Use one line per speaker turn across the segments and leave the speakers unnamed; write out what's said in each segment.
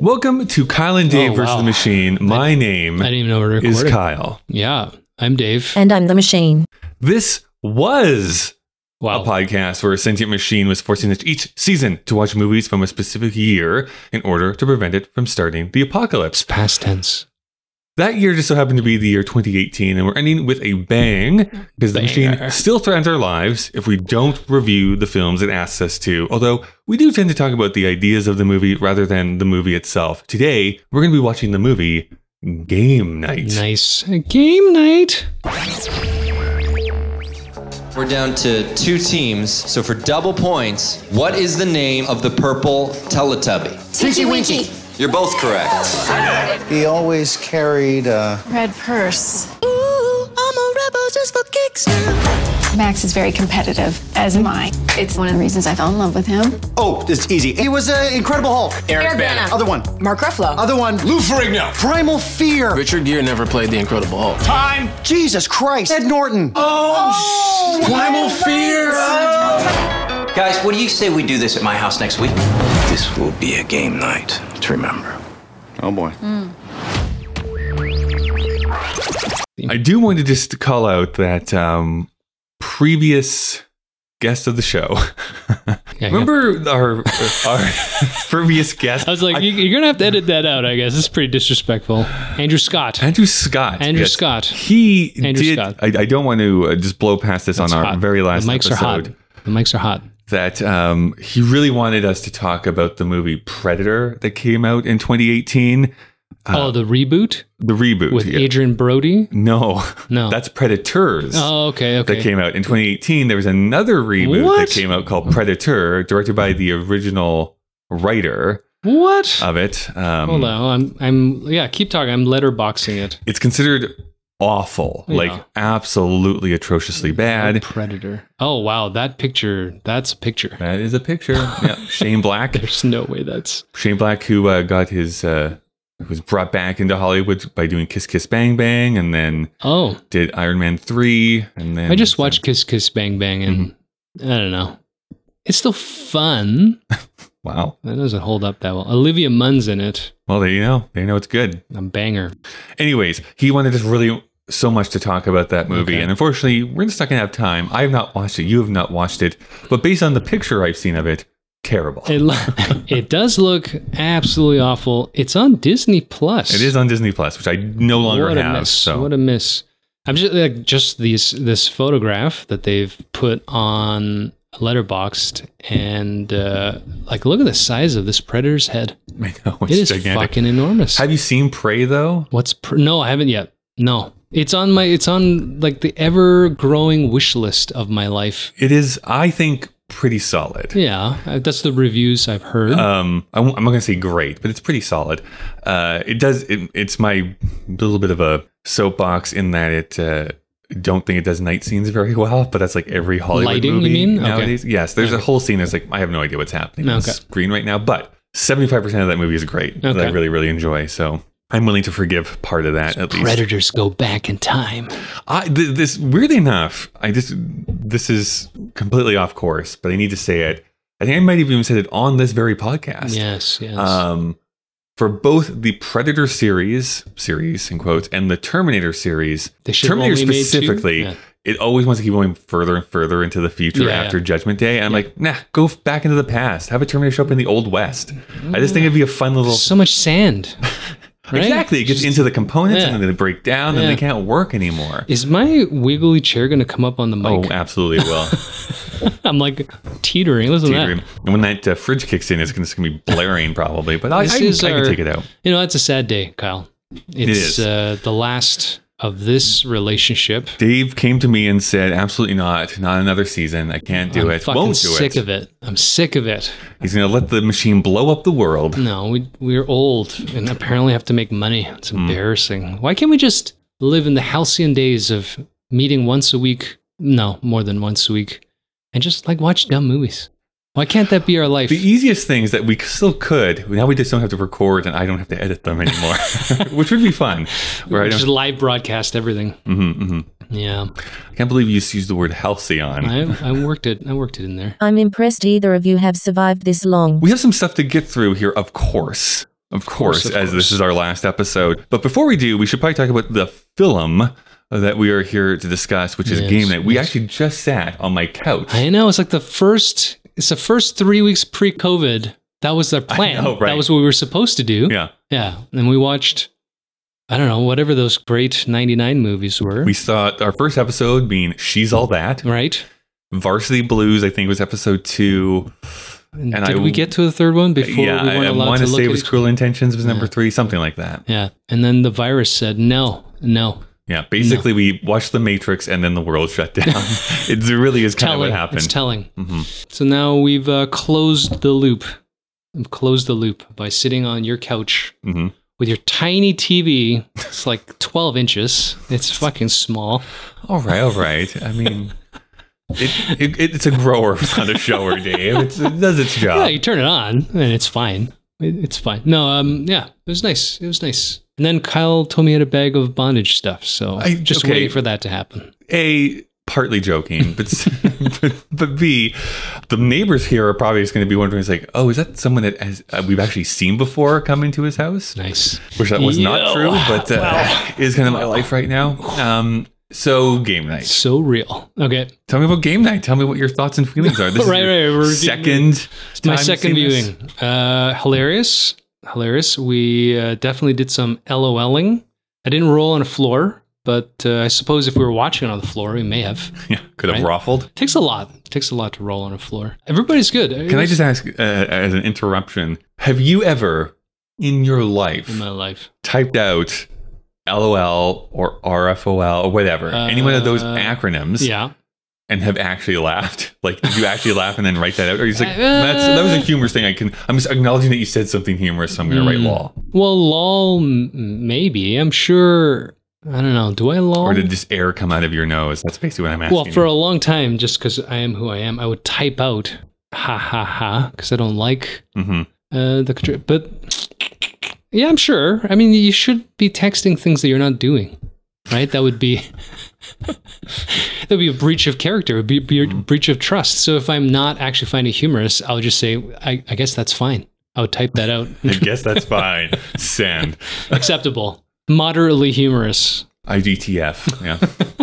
Welcome to Kyle and Dave
Oh,
versus
wow.
the Machine. My name
I didn't even know we were
is
recording.
Kyle.
Yeah, I'm Dave.
And I'm the machine.
This was
Wow.
a podcast where a sentient machine was forcing us each season to watch movies from a specific year in order to prevent it from starting the apocalypse.
Past tense.
That year just so happened to be the year 2018, and we're ending with a bang because the machine
Banger.
still threatens our lives if we don't review the films it asks us to. Although we do tend to talk about the ideas of the movie rather than the movie itself. Today, we're going to be watching the movie Game Night.
Nice. Game night.
We're down to two teams, so for double points, what is the name of the purple Teletubby?
Tinky Winky.
You're both correct.
He always carried uh, a
Red purse.
Ooh, I'm a rebel just for kicks now.
Max is very competitive, as am I. It's one of the reasons I fell in love with him.
Oh, it's easy. He was an Incredible Hulk.
Eric Bana.
Other one.
Mark Ruffalo.
Other one.
Lou Ferrigno.
Primal Fear.
Richard Gere never played the Incredible Hulk. Time.
Jesus Christ. Ed Norton.
Oh, primal fear.
Guys, what do you say we do this at my house next week?
This will be a game night to remember.
Oh boy.
I do want to just call out that um, previous guest of the show.
Yeah,
Remember our our previous guest?
I was like,
I-
you you're going to have to edit that out, I guess. It's pretty disrespectful. Andrew Scott.
Andrew Scott.
Andrew Scott.
He
Andrew
did.
Scott.
I, I don't want to uh, just blow past this
It's
on our
hot.
very last
the mics
episode.
are hot. The mics are hot.
That um, he really wanted us to talk about the movie Predator that came out in 2018,
oh, the reboot
Uh, the uh, reboot.
with
Yeah.
Adrian Brody.
no,
No.
that's Predators.
Oh, okay, okay.
That came out in 2018. There was another reboot
What?
that came out called Predator, directed by the original writer
what?
of it. Um,
Hold on. I'm. I'm. Yeah. Keep talking. I'm letterboxing it.
It's considered awful,
Yeah.
like absolutely atrociously bad.
Predator. Oh wow, that picture. That's a picture.
That is a picture. Yeah, Shane Black.
There's no way that's.
Shane Black, who uh, got his, uh, who was brought back into Hollywood by doing Kiss Kiss Bang Bang, and then
Oh,
did Iron Man three, and then
I just watched Kiss Kiss Bang Bang, and
Mm-hmm.
I don't know. It's still fun.
Wow.
That doesn't hold up that well. Olivia Munn's in it.
Well, there you know, they know it's good.
A banger.
Anyways, he wanted us really so much to talk about that movie,
Okay.
and unfortunately, we're just not gonna have time. I have not watched it. You have not watched it, but based on the picture I've seen of it, terrible.
It lo- it does look absolutely awful. It's on Disney Plus.
it is on Disney Plus, which I no longer
what a
have.
miss.
So
What a miss. I'm just like just these this photograph that they've put on letterboxed and uh, like look at the size of this predator's head.
I know it's
It is
gigantic.
fucking enormous.
have you seen Prey though?
What's pr- no? I haven't yet. No, it's on my. It's on like the ever growing wish list of my life.
It is, I think, pretty solid.
Yeah, uh, that's the reviews I've heard.
um I won't- i'm not gonna say great but it's pretty solid uh it does it, it's my little bit of a soapbox in that it uh don't think it does night scenes very well but that's like every hollywood
Lighting, you
movie
mean? Okay.
nowadays yes there's a whole scene that's like i have no idea what's happening on
Okay.
screen right now but 75% of that movie is great that i
Okay.
really really enjoy so i'm willing to forgive part of that at least
Predators go back in time.
I, th- this weirdly enough, I just this is completely off course, but I need to say it. I think I might have even said it on this very podcast.
Yes, yes.
Um, for both the Predator series, series in quotes, and the Terminator series,
They should've
Terminator
only made two?
specifically,
Yeah.
it always wants to keep going further and further into the future
Yeah,
after
yeah.
Judgment Day. And I'm like, nah, go f- back into the past. Have a Terminator show up in the Old West. I just think it'd be a fun little.
so much sand. right?
Exactly. It gets
Just-
into the components
Yeah.
and then they break down and
Yeah.
they can't work anymore.
Is my wiggly chair going to come up on the
Oh,
mic?
absolutely it will.
I'm like teetering. Listen to
Daydream.
that.
And when that uh, fridge kicks in, it's going to be blaring probably, but I, I,
This
can-
is
I can
our-
take it out.
You know, that's a sad day, Kyle.
is.
It's Uh, the last of this relationship.
Dave came to me and said, "Absolutely not, not another season. I can't do
I'm
it.
fucking
Won't do
sick
it.
of it. I'm sick of it.
He's going to let the machine blow up the world."
No, we we're old and apparently have to make money. It's
Hmm.
embarrassing. Why can't we just live in the halcyon days of meeting once a week? No, more than once a week, and just like watch dumb movies. Why can't that be our life?
The easiest things that we still could now we just don't have to record, and I don't have to edit them anymore, which would be fun. Where I
just
don't.
live broadcast everything.
Mhm, mhm.
Yeah,
I can't believe you just used the word halcyon.
I, I worked it. I worked it in there.
I'm impressed either of you have survived this long.
we have some stuff to get through here, of course. Of course,
of
as
course.
this is our last episode. But before we do, we should probably talk about the film that we are here to discuss, which is
Yes,
Game Night. We
yes.
actually just sat on my couch.
I know. It's like the first. It's the first three weeks pre-COVID. That was their plan.
know, right.
That was what we were supposed to do.
yeah.
Yeah. And we watched. I don't know whatever those great '99 movies were.
We saw our first episode being She's All That.
right.
Varsity Blues, I think was episode two.
And
And
did
I-
we get to the third one before
yeah,
we
I,
weren't
I
allowed
want
to
to
look
say
at
it was
each-
Cruel Intentions was number three, something like that.
Yeah. And then the virus said no, no.
Yeah, basically we watched The Matrix and then the world shut down. it really is kind
telling.
of what happened.
It's telling.
Mhm.
So now we've uh, closed the loop. We've Closed the loop by sitting on your couch
Mhm.
with your tiny TV. It's like 12 inches. It's fucking small.
All right, all right. I mean, it, it, it's a grower, it's not a shower, Dave. It's, it does its
Yeah,
job.
you turn it on and it's fine. It- It's fine. No, um, yeah, it was nice. It was nice. And then Kyle told me he had a bag of bondage stuff, so
I-
just
okay.
waiting for that to happen.
A, partly joking, but, s- but but B, the neighbors here are probably just going to be wondering, it's like, oh, is that someone that has, uh, we've actually seen before come into his house?
Nice.
Wish that was
Yo.
not true, but uh, is kind of my life right now. Um, so game night.
So real. Okay,
Tell me about game night. Tell me what your thoughts and feelings are. This
Right,
your
right, we're reviewing-
second.
my
time
second
seeing this?
viewing. Uh, hilarious, hilarious. We uh, definitely did some LOLing. I didn't roll on a floor, but uh, I suppose if we were watching on the floor, we may have.
Yeah, could have
Right?
ruffled.
takes a lot. takes a lot to roll on a floor. Everybody's good.
Can I just ask, uh, as an interruption, have you ever in your life
in my life?
typed out LOL or RFOL or whatever, any one of those
Uh,
acronyms,
Yeah.
and have actually laughed? Like, did you actually laugh and then write that out? Or you just
Uh,
like, that's, that was a humorous thing. I can, I'm just acknowledging that you said something humorous, so I'm going to
hmm.
write law.
Well, lol, m- maybe. I'm sure. I don't know. Do I lol?
Or did just air come out of your nose? That's basically what I'm asking.
Oh. well, for a long time, just because I am who I am, I would type out ha ha ha because I don't like
Mhm.
uh, the contr- But yeah, I'm sure. I mean, you should be texting things that you're not doing, right? That would be that would be a breach of character, it would be, be a breach of trust. So if I'm not actually finding it humorous, I'll just say, I, I guess that's fine. I would type that out.
I guess that's fine. Send
Acceptable, moderately humorous.
IDTF. Yeah.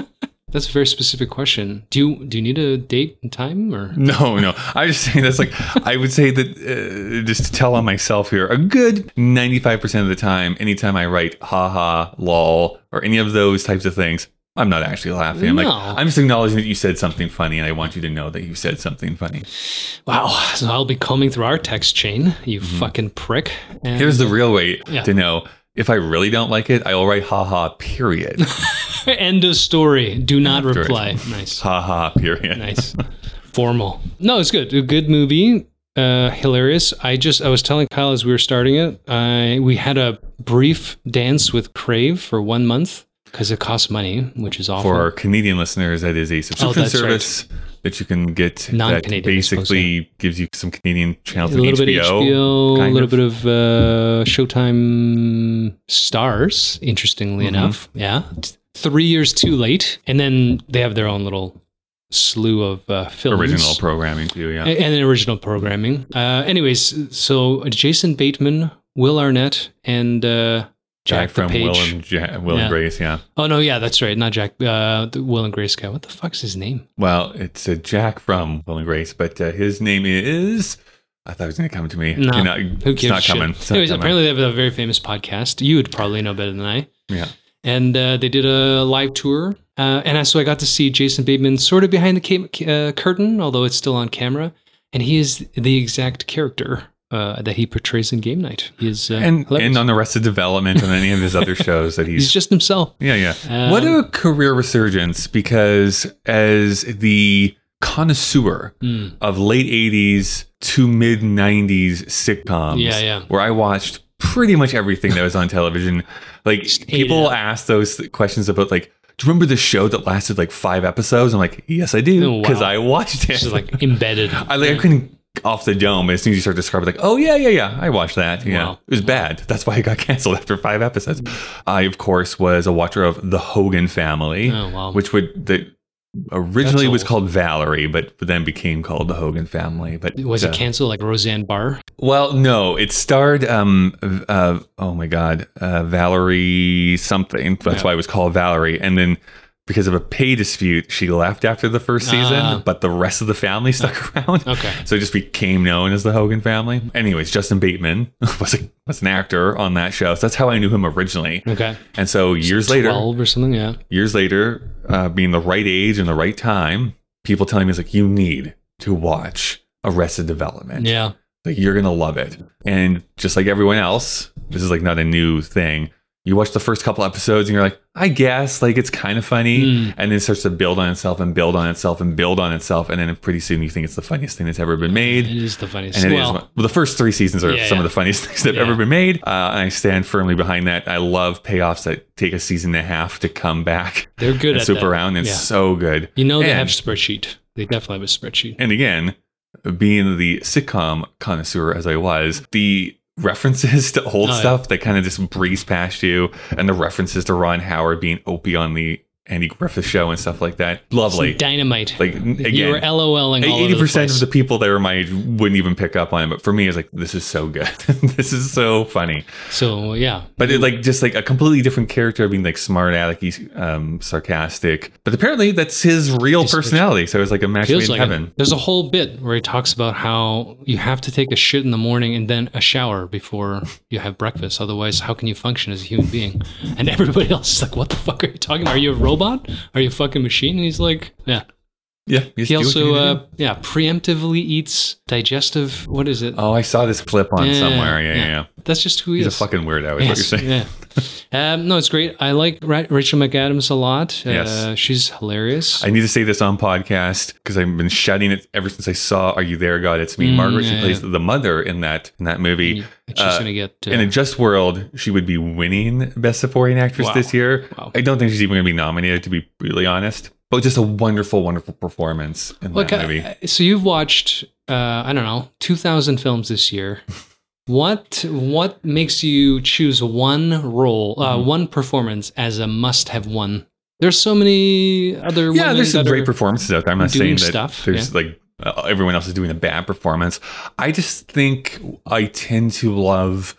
That's a very specific question. Do you do you need a date and time or
No, no. I just say that's like I would say that uh, just to tell on myself here. A good ninety-five percent of the time, anytime I write haha, lol, or any of those types of things, I'm not actually laughing. I'm like
No.
I'm just acknowledging that you said something funny, and I want you to know that you said something funny.
wow? So I'll be combing through our text chain. You fucking prick. And
Mm-hmm. Here's the real way
Yeah.
to know if I really don't like it. I'll write haha, period.
end of story. Do not
After it.
reply. Nice,
haha, period.
nice, formal. No, it's good. A good movie. Uh, hilarious. I just I was telling Kyle as we were starting it. I we had a brief dance with Crave for one month because it costs money, which is awful.
For our Canadian listeners, that is a subscription
Uh-huh. Oh, that's right.
service that you can get that
Non-Canadian, I suppose,
basically gives you some Canadian
a
channels.
little bit of HBO, a
kind
little bit of uh, Showtime stars. Interestingly
Mm-hmm.
enough, yeah, T- three years too late, and then they have their own little slew of uh, films,
original programming too. Yeah,
A- and, then original programming. Uh, anyways, so Jason Bateman, Will Arnett, and uh,
Jack
Jack, the
from Will
Page.
and ja- Will
Yeah.
and Grace. Yeah.
oh no, yeah, that's right, not Jack. Uh, the Will and Grace guy. What the fuck's his name?
Well, it's a Jack from Will and Grace, but uh, his name is. I thought it was going to come to me.
No,
You know,
who
it's
gives a
not
shit?
coming. It's not
Anyways,
coming.
apparently they have a very famous podcast. You would probably know better than I.
yeah.
and uh, they did a live tour. Uh, and I, so I got to see Jason Bateman sort of behind the cam- uh, curtain, although it's still on camera. And he is the exact character uh, that he portrays in Game Night. He is uh,
And
hilarious.
and on the rest of development and any of his other shows that
he's
he's.
just himself.
yeah, yeah.
Um,
what a career resurgence! Because as the connoisseur
Hmm.
of late '80s to mid '90s sitcoms,
Yeah, yeah.
where I watched pretty much everything that was on television. Like
ate it
people
up.
ask those questions about like, do you remember the show that lasted like five episodes? I'm like, yes, I
Oh,
do,
wow.
because I watched it.
He's just like embedded.
I like I couldn't off the dome. As soon as you start describing, like, oh yeah, yeah, yeah, I watched that. Yeah,
Wow.
it was bad. That's why it got canceled after five episodes. I, of course, was a watcher of the Hogan Family,
Oh, wow.
which would the originally
That's
was
old.
called Valerie, but, but then became called the Hogan Family. But
Was
uh,
it canceled like Roseanne Barr?
Well, no, it starred um v- uh oh my god, uh Valerie something. That's
Yeah.
why it was called Valerie. And then because of a pay dispute, she left after the first season,
Ah.
but the rest of the family stuck around.
Okay.
So it just became known as the Hogan family. Anyways, Justin Bateman was a, was an actor on that show. So that's how I knew him originally.
Okay.
And so years later,
12 or something, yeah.
years later, uh, being the right age and the right time, people telling me it's like you need to watch Arrested Development.
Yeah.
Like you're gonna love it. And just like everyone else, this is like not a new thing. You watch the first couple episodes and you're like, I guess, like it's kind of funny.
Hmm.
And then it starts to build on itself and build on itself and build on itself. And then pretty soon you think it's the funniest thing that's ever been made.
It is the funniest.
And it is
well,
one- well, the first three seasons are
Yeah,
some
yeah.
of the funniest things that've
Yeah.
ever been made. Uh, and I stand firmly behind that. I love payoffs that take a season and a half to come back
they're good
and
at
swoop
that.
around. It's
Yeah.
so good.
You know, they
And-
have spreadsheet. They definitely have a spreadsheet.
and again, being the sitcom connoisseur as I was, the references to old
Oh, yeah.
stuff that kind of just breeze past you, and the references to Ron Howard being Opie on the Andy Griffith show and stuff like that. Lovely.
Dynamite.
Like, n-
you
again,
were LOLing all
Eighty
over the
percent
place.
of the people that were my age wouldn't even pick up on it, but for me, it's like this is so good. this is so funny.
So, yeah.
But it like just like a completely different character, being like smart alecky, um, sarcastic. But apparently, that's his real personality. So it's like a match made
Feels
in
like
heaven.
it. There's a whole bit where he talks about how you have to take a shit in the morning and then a shower before you have breakfast. Otherwise, how can you function as a human being? And everybody else is like, "What the fuck are you talking about? Are you a robot? Are you a fucking machine?" And he's like, "Yeah."
Yeah, just do
He
what you
also,
need to do.
uh, yeah, preemptively eats digestive. What is it?
Oh, I saw this clip on somewhere. Yeah, yeah, yeah.
That's just who he
He's
is.
a fucking weirdo. Is what
Yes,
you're saying.
yeah. Um, no, it's great. I like Ra- Rachel McAdams a lot. Uh,
Yes.
she's hilarious.
I need to say this on podcast because I've been shouting it ever since I saw "Are You There, God?" It's me, Margaret. She
Mm, yeah,
plays the mother in that in that movie.
And she's
Uh,
gonna get. Uh,
in a just world, she would be winning Best Supporting Actress
Wow.
this year.
Wow.
I don't think she's even going to be nominated, to be really honest. But just a wonderful, wonderful performance in
Look,
that
I-
movie.
I- so you've watched uh, I don't know two thousand films this year. What what makes you choose one role, uh,
Mm-hmm.
one performance as a must-have one? There's so many other
yeah,
women
there's some
that
great
are-
performances out there. I'm not saying
doing
that
stuff,
there's like uh, everyone else is doing a bad performance. I just think I tend to love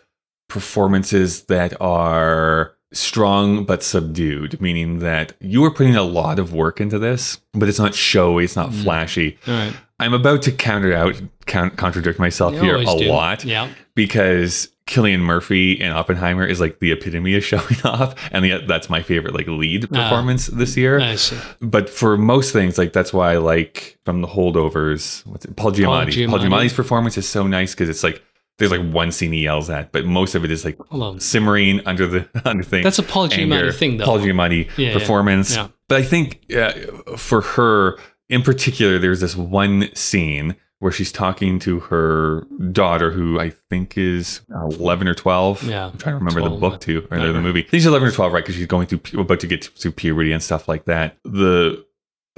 performances that are strong but subdued, meaning that you are putting a lot of work into this, but it's not showy, it's not flashy.
Mm. All right.
I'm about to counter out, count, contradict myself
They
here a
always do.
lot
Yeah.
because Killian Murphy in Oppenheimer is like the epitome of showing off, and the, that's my favorite like lead
Ah.
performance this year
I see.
but for most things, like that's why I like from the holdovers. What's it? Paul Giamatti. Paul
Giamatti.
Giamatti's performance is so nice because it's like there's like one scene he yells at, but most of it is like
Hold on.
simmering under the under thing.
That's a Paul Giamatti thing, though.
Paul Giamatti
Yeah, yeah.
performance.
Yeah.
But I think uh, for her in particular, there's this one scene where she's talking to her daughter, who I think is 11 or 12.
Yeah,
I'm trying to remember the
12,
book
yeah.
too, or the movie. I think she's 11 or 12, right? Because she's going through pu- about to get through puberty and stuff like that. The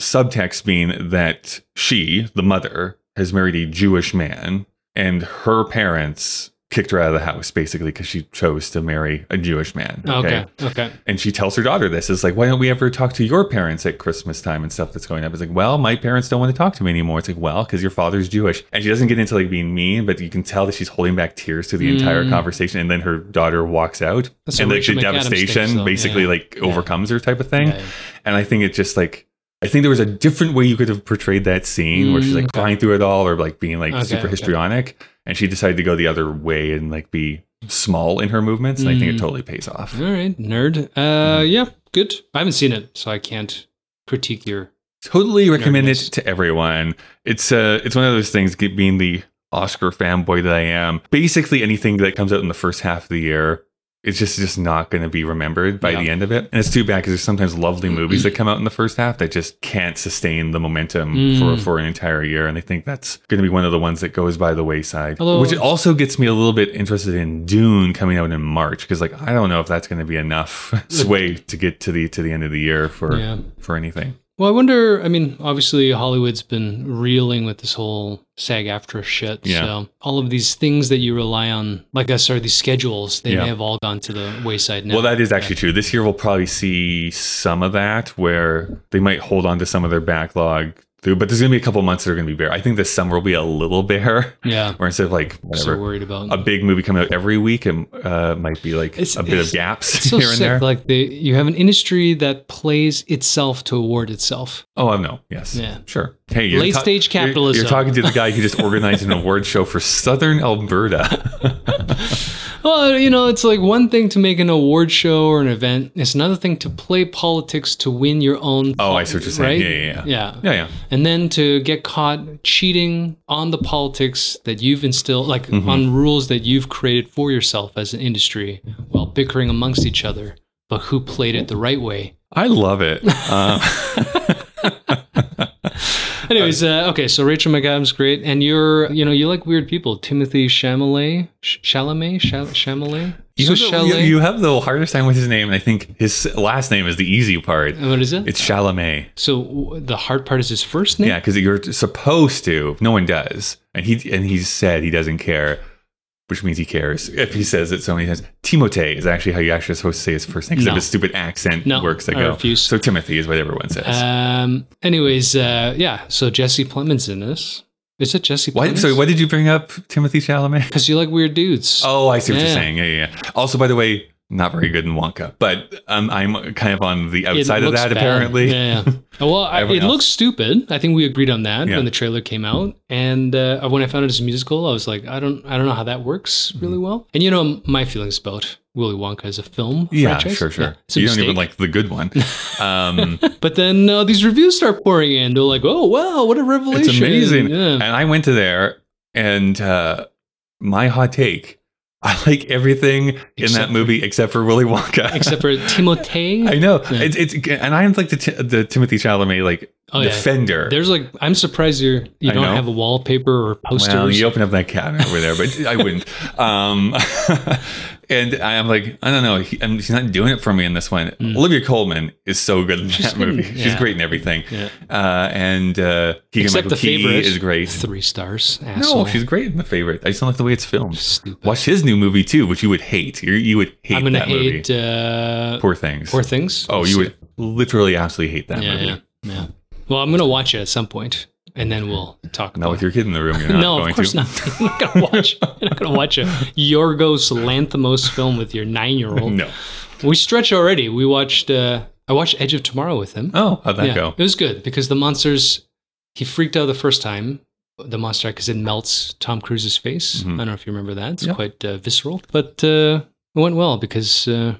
subtext being that she, the mother, has married a Jewish man, and her parents kicked her out of the house basically because she chose to marry a Jewish man.
Okay. Okay.
And she tells her daughter this. It's like, why don't we ever talk to your parents at Christmas time and stuff that's going up? It's like, well, my parents don't want to talk to me anymore. It's like, well, because your father's Jewish. And she doesn't get into like being mean, but you can tell that she's holding back tears through the
Mm.
entire conversation. And then her daughter walks out.
That's
and
what
like the
Rachel McAdams thinks,
devastation
though.
basically
Yeah.
like overcomes her type of thing.
Yeah.
And I think it's just like, I think there was a different way you could have portrayed that scene where she's like crying through it all or like being like
Mm. Okay,
super
okay.
histrionic. And she decided to go the other way and like be small in her movements. And I
Mm.
think it totally pays off.
All right, nerd. Uh,
Mm-hmm.
yeah, good. I haven't seen it, so I can't critique your.
totally recommend
Nerdist.
it to everyone. It's uh, it's one of those things. get- Being the Oscar fanboy that I am, basically anything that comes out in the first half of the year, it's just just not going to be remembered by
Yeah.
the end of it. And it's too bad because there's sometimes lovely movies that come out in the first half that just can't sustain the momentum
Mm.
for for an entire year. And I think that's going to be one of the ones that goes by the wayside.
Although-
Which also gets me a little bit interested in Dune coming out in March because like I don't know if that's going to be enough sway to get to the to the end of the year for
Yeah.
for anything.
Well, I wonder. I mean, obviously, Hollywood's been reeling with this whole SAG after shit.
Yeah.
So, all of these things that you rely on, like I started these schedules, they
Yeah.
may have all gone to the wayside now.
Well, that is actually true. This year we'll probably see some of that where they might hold on to some of their backlog through, but there's going to be a couple months that are going to be bare. I think this summer will be a little bare,
Yeah.
where instead of like
I'm so
whatever
worried about.
a big movie coming out every week, it uh, might be like
It's-
a bit
it's-
of gaps
It's so
here and
sick.
there.
Like they, you have an industry that plays itself to award itself.
oh, I know. Yes.
Yeah.
Sure. Hey, you're
Late
ta-
stage
you're-
capitalism.
You're, talking to the guy who just organized an award show for Southern Alberta.
Well, you know, it's like one thing to make an award show or an event. It's another thing to play politics to win your own.
Oh, I see what you're saying.
right?
Yeah, yeah, yeah.
Yeah.
yeah, yeah.
And then to get caught cheating on the politics that you've instilled, like
Mm-hmm.
on rules that you've created for yourself as an industry while bickering amongst each other, but who played it the right way.
I love it. Uh,
Anyways, uh, okay, so Rachel McAdams, great. And you're, you know, you like weird people. Timothy Chalamet, Sh- Chalamet, Chal- Chalamet?
you,
So
have the, you,
Chalamet-
you have the hardest time with his name, and I think his last name is the easy part.
What is it?
It's Chalamet.
so w- the hard part is his first name?
Yeah, because you're supposed to. No one does, and he and he's said he doesn't care, which means he cares. If he says it so many times, Timote is actually how you actually supposed to say his first name because
No.
of his stupid accent
No,
works. That
I
go.
refuse.
So Timothy is what everyone says.
Um. Anyways, uh, yeah. So Jesse Plemons in this. Is it Jesse?
why,
Plemons?
so what did you bring up, Timothy Chalamet?
Because you like weird dudes.
Oh, I see what
Yeah.
you're saying. Yeah, yeah. yeah. Also, by the way, not very good in Wonka, but um, I'm kind of on the
It
outside of
looks
that
bad.
apparently.
Yeah. yeah. Well, I, it
Everyone else.
looks stupid. I think we agreed on that
Yeah.
when the trailer came out, and uh, when I found it as a musical, I was like, I don't, I don't know how that works
Mm-hmm.
really well. And you know, my feelings about Willy Wonka as a film.
Yeah,
franchise.
sure, sure.
Yeah, it's a
you don't even
mistake.
like the good one. Um,
But then uh, these reviews start pouring in. They're like, oh wow, what a revelation!
it's amazing. And
Yeah.
I went to there, and uh, my hot take: I like everything in
Except-
that movie except for Willy Wonka.
Except for Timotei.
I know
Yeah.
it's, it's and I'm like the, Ti- the Timothy Chalamet like
Oh, yeah.
defender.
There's like I'm surprised you're you
I
don't
know.
have a wallpaper or posters.
Well, you open up that cabinet over there, but I wouldn't. Um, and I'm like, I don't know. He, I'm, he's not doing it for me in this one. Olivia Coleman is so good in that
good in-
movie. She's
Mm. yeah.
great in everything.
Yeah.
Uh, and uh, Keegan
Except
Michael
the
Key
favorite
is great.
Three stars. Asshole.
no, she's great in the favorite. I just don't like the way it's filmed.
Stupid.
Watch his new movie too, which you would hate. you you would hate
I'm gonna
that movie.
hate uh, poor,
Poor things.
things.
oh, you would literally absolutely hate that
Yeah,
movie.
yeah, yeah. Well, I'm gonna watch it at some point, and then we'll
Not
talk about.
with
it.
your kid in the room. You're not
No,
going
of course
to.
not. I'm not gonna watch. I'm not gonna watch a Yorgos Lanthimos film with your nine-year-old.
No.
We stretch already. We watched. Uh, I watched Edge of Tomorrow with him.
Oh, how'd that
yeah,
go?
It was good because the monsters, he freaked out the first time. The monster because it melts Tom Cruise's face. I don't know if you remember that. It's
Mm-hmm. Yeah.
quite uh, visceral, but uh, it went well because uh,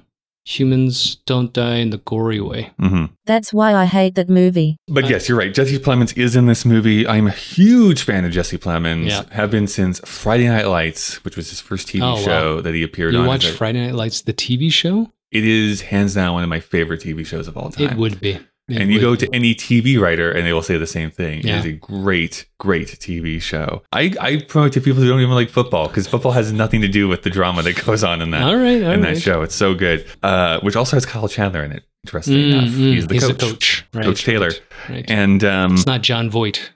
humans don't die in the gory way.
Mm-hmm.
That's why I hate that movie.
But yes, you're right. Jesse Plemons is in this movie. I'm a huge fan of Jesse Plemons.
Yeah.
Have been since Friday Night Lights, which was his first TV
Oh, wow.
show that he appeared
You
on.
watch
It's a-
Friday Night Lights, the TV show?
it is hands down one of my favorite TV shows of all time.
It would be. It
and you
would
go
be.
to any TV writer and they will say the same thing.
Yeah.
It is a great, great TV show. I, I promote to people who don't even like football because football has nothing to do with the drama that goes on in that,
All right, all
in that
right.
show. It's so good. Uh, which also has Kyle Chandler in it, interesting
Mm,
enough.
mm.
He's the
He's the
coach.
coach, right.
Coach Taylor.
Right.
And um,
It's not John Voight.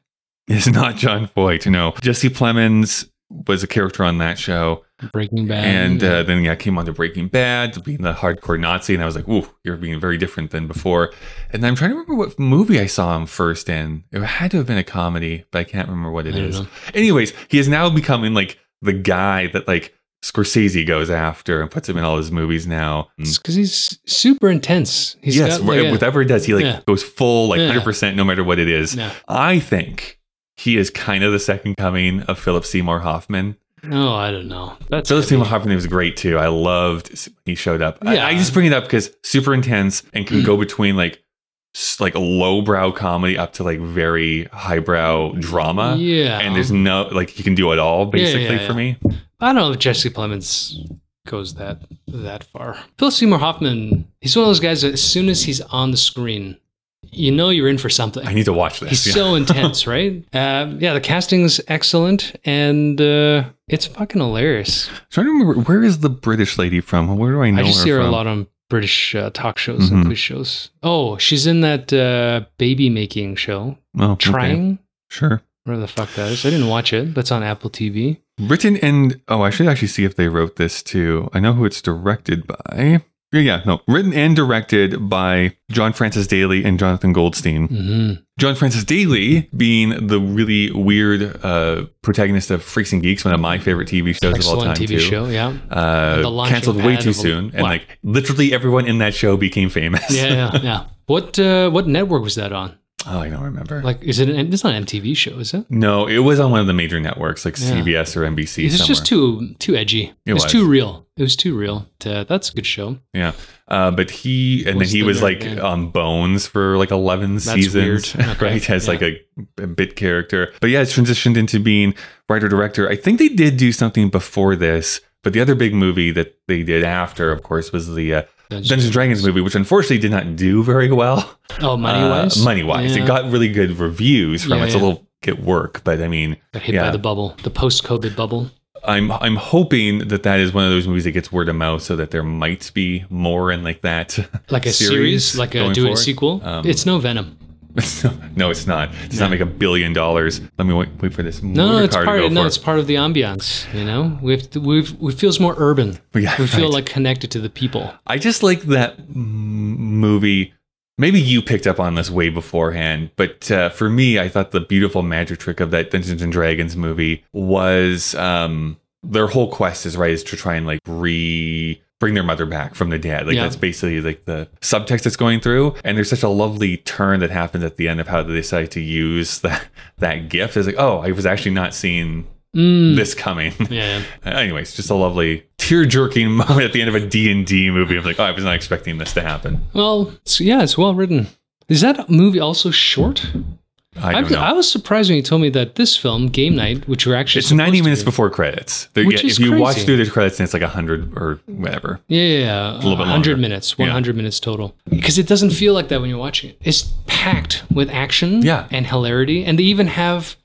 is not John Voight. No, Jesse Plemons was a character on that show,
Breaking Bad.
and uh, then yeah, came on to Breaking Bad, being the hardcore Nazi, and I was like, "Ooh, you're being very different than before." And I'm trying to remember what movie I saw him first in. It had to have been a comedy, but I can't remember what it
I don't
is.
know.
Anyways, he is now becoming like the guy that like Scorsese goes after and puts him in all his movies now.
because he's super intense. He's
yes,
got, like,
wh-
a-
whatever he does, he like
Yeah.
goes full like
Yeah.
hundred percent, no matter what it is.
Yeah.
I think he is kind of the second coming of Philip Seymour Hoffman.
No, Oh, I don't know. That's
Philip Seymour Hoffman was great too. I loved s- he showed up. I-
Yeah.
I, just bring it up because super intense and can go between like s- like lowbrow comedy up to like very highbrow drama.
Yeah.
and there's no like he can do it all
Yeah, yeah,
basically for
yeah.
me.
I don't know if Jesse Plemons goes that that far. Phil Seymour Hoffman, he's one of those guys that as soon as he's on the screen, you know you're in for something.
I need to watch this.
He's
Yeah.
so intense, right? Um, yeah, the casting's excellent, and uh, it's fucking hilarious.
I'm trying to remember where is the British lady from? Where do I know
I just
her
see her
from?
a lot on British uh, talk shows
Mhm.
and quiz shows. Oh, she's in that uh, baby making show,
Oh, okay.
Trying.
Sure.
Whatever the fuck that is. I didn't watch it. That's on Apple TV.
Written and oh, I should actually see if they wrote this too. I know who it's directed by. Yeah, yeah, no. Written and directed by John Francis Daly and Jonathan Goldstein.
hmm
John Francis Daly being the really weird uh, protagonist of Freaks and Geeks, one of my favorite TV shows of all
Excellent
time.
TV
too.
show. Yeah. The
Uh,
launching
canceled way
pad
too
of a-
soon, and
Wow.
like literally everyone in that show became famous.
Yeah. Yeah. yeah. What uh, what network was that on?
oh, I don't remember.
Like, is it? An, it's not an MTV show, is it?
no, it was on one of the major networks like
Yeah.
CBS or NBC.
It's
somewhere.
just too too edgy.
It
It was,
was.
too real. It was too real. Uh, that's a good show.
Yeah. Uh, but he and
What's
then he
the
was
nerd
like
man?
on Bones for like eleven seasons,
weird. Okay.
right? As
Yeah.
like a, a bit character. But yeah, it's transitioned into being writer director. I think they did do something before this, but the other big movie that they did after, of course, was the uh, Dungeons and Dragons movie, which unfortunately did not do very well.
Oh, money wise.
money wise, Uh, it got really good reviews from
Yeah,
it's a
yeah.
little get work, but I mean,
hit
yeah.
by the bubble, the post COVID bubble.
I'm I'm hoping that that is one of those movies that gets word of mouth, so that there might be more in like that,
Like a series, like a
going
do it a
forward.
sequel.
Um,
it's no Venom.
no, it's not. It does not make a billion dollars. Let me wait, wait for this.
No, no,
motor
it's
car to
part.
go
Of, no,
for.
it's part of the ambiance. You know, we've we've we feels more urban.
Yeah,
we feel
right.
like connected to the people.
I just like that mm, movie. Maybe you picked up on this way beforehand, but uh, for me, I thought the beautiful magic trick of that Dungeons and Dragons movie was um, their whole quest is right is to try and like re bring their mother back from the dead. Like
Yeah.
that's basically like the subtext that's going through. And there's such a lovely turn that happens at the end of how they decide to use that that gift. It's like, oh, I was actually not seeing this coming.
Yeah, yeah.
Uh, anyways just a lovely tear-jerking moment at the end of a d&d movie i'm like oh, i was not expecting this to happen
Well, it's, yeah, it's well written. Is that movie also short?
i don't
I'm-
know
was surprised when you told me that this film, Game Night, which we're actually
it's 90
supposed to
minutes
do-
before credits There-
Which
yeah,
is
if you watch
crazy.
through the credits and it's like 100 or whatever
Yeah, yeah, yeah.
little bit
100
longer.
minutes, 100 minutes total. Because it doesn't feel like that when you're watching it. It's packed with action
Yeah.
and hilarity. And they even have,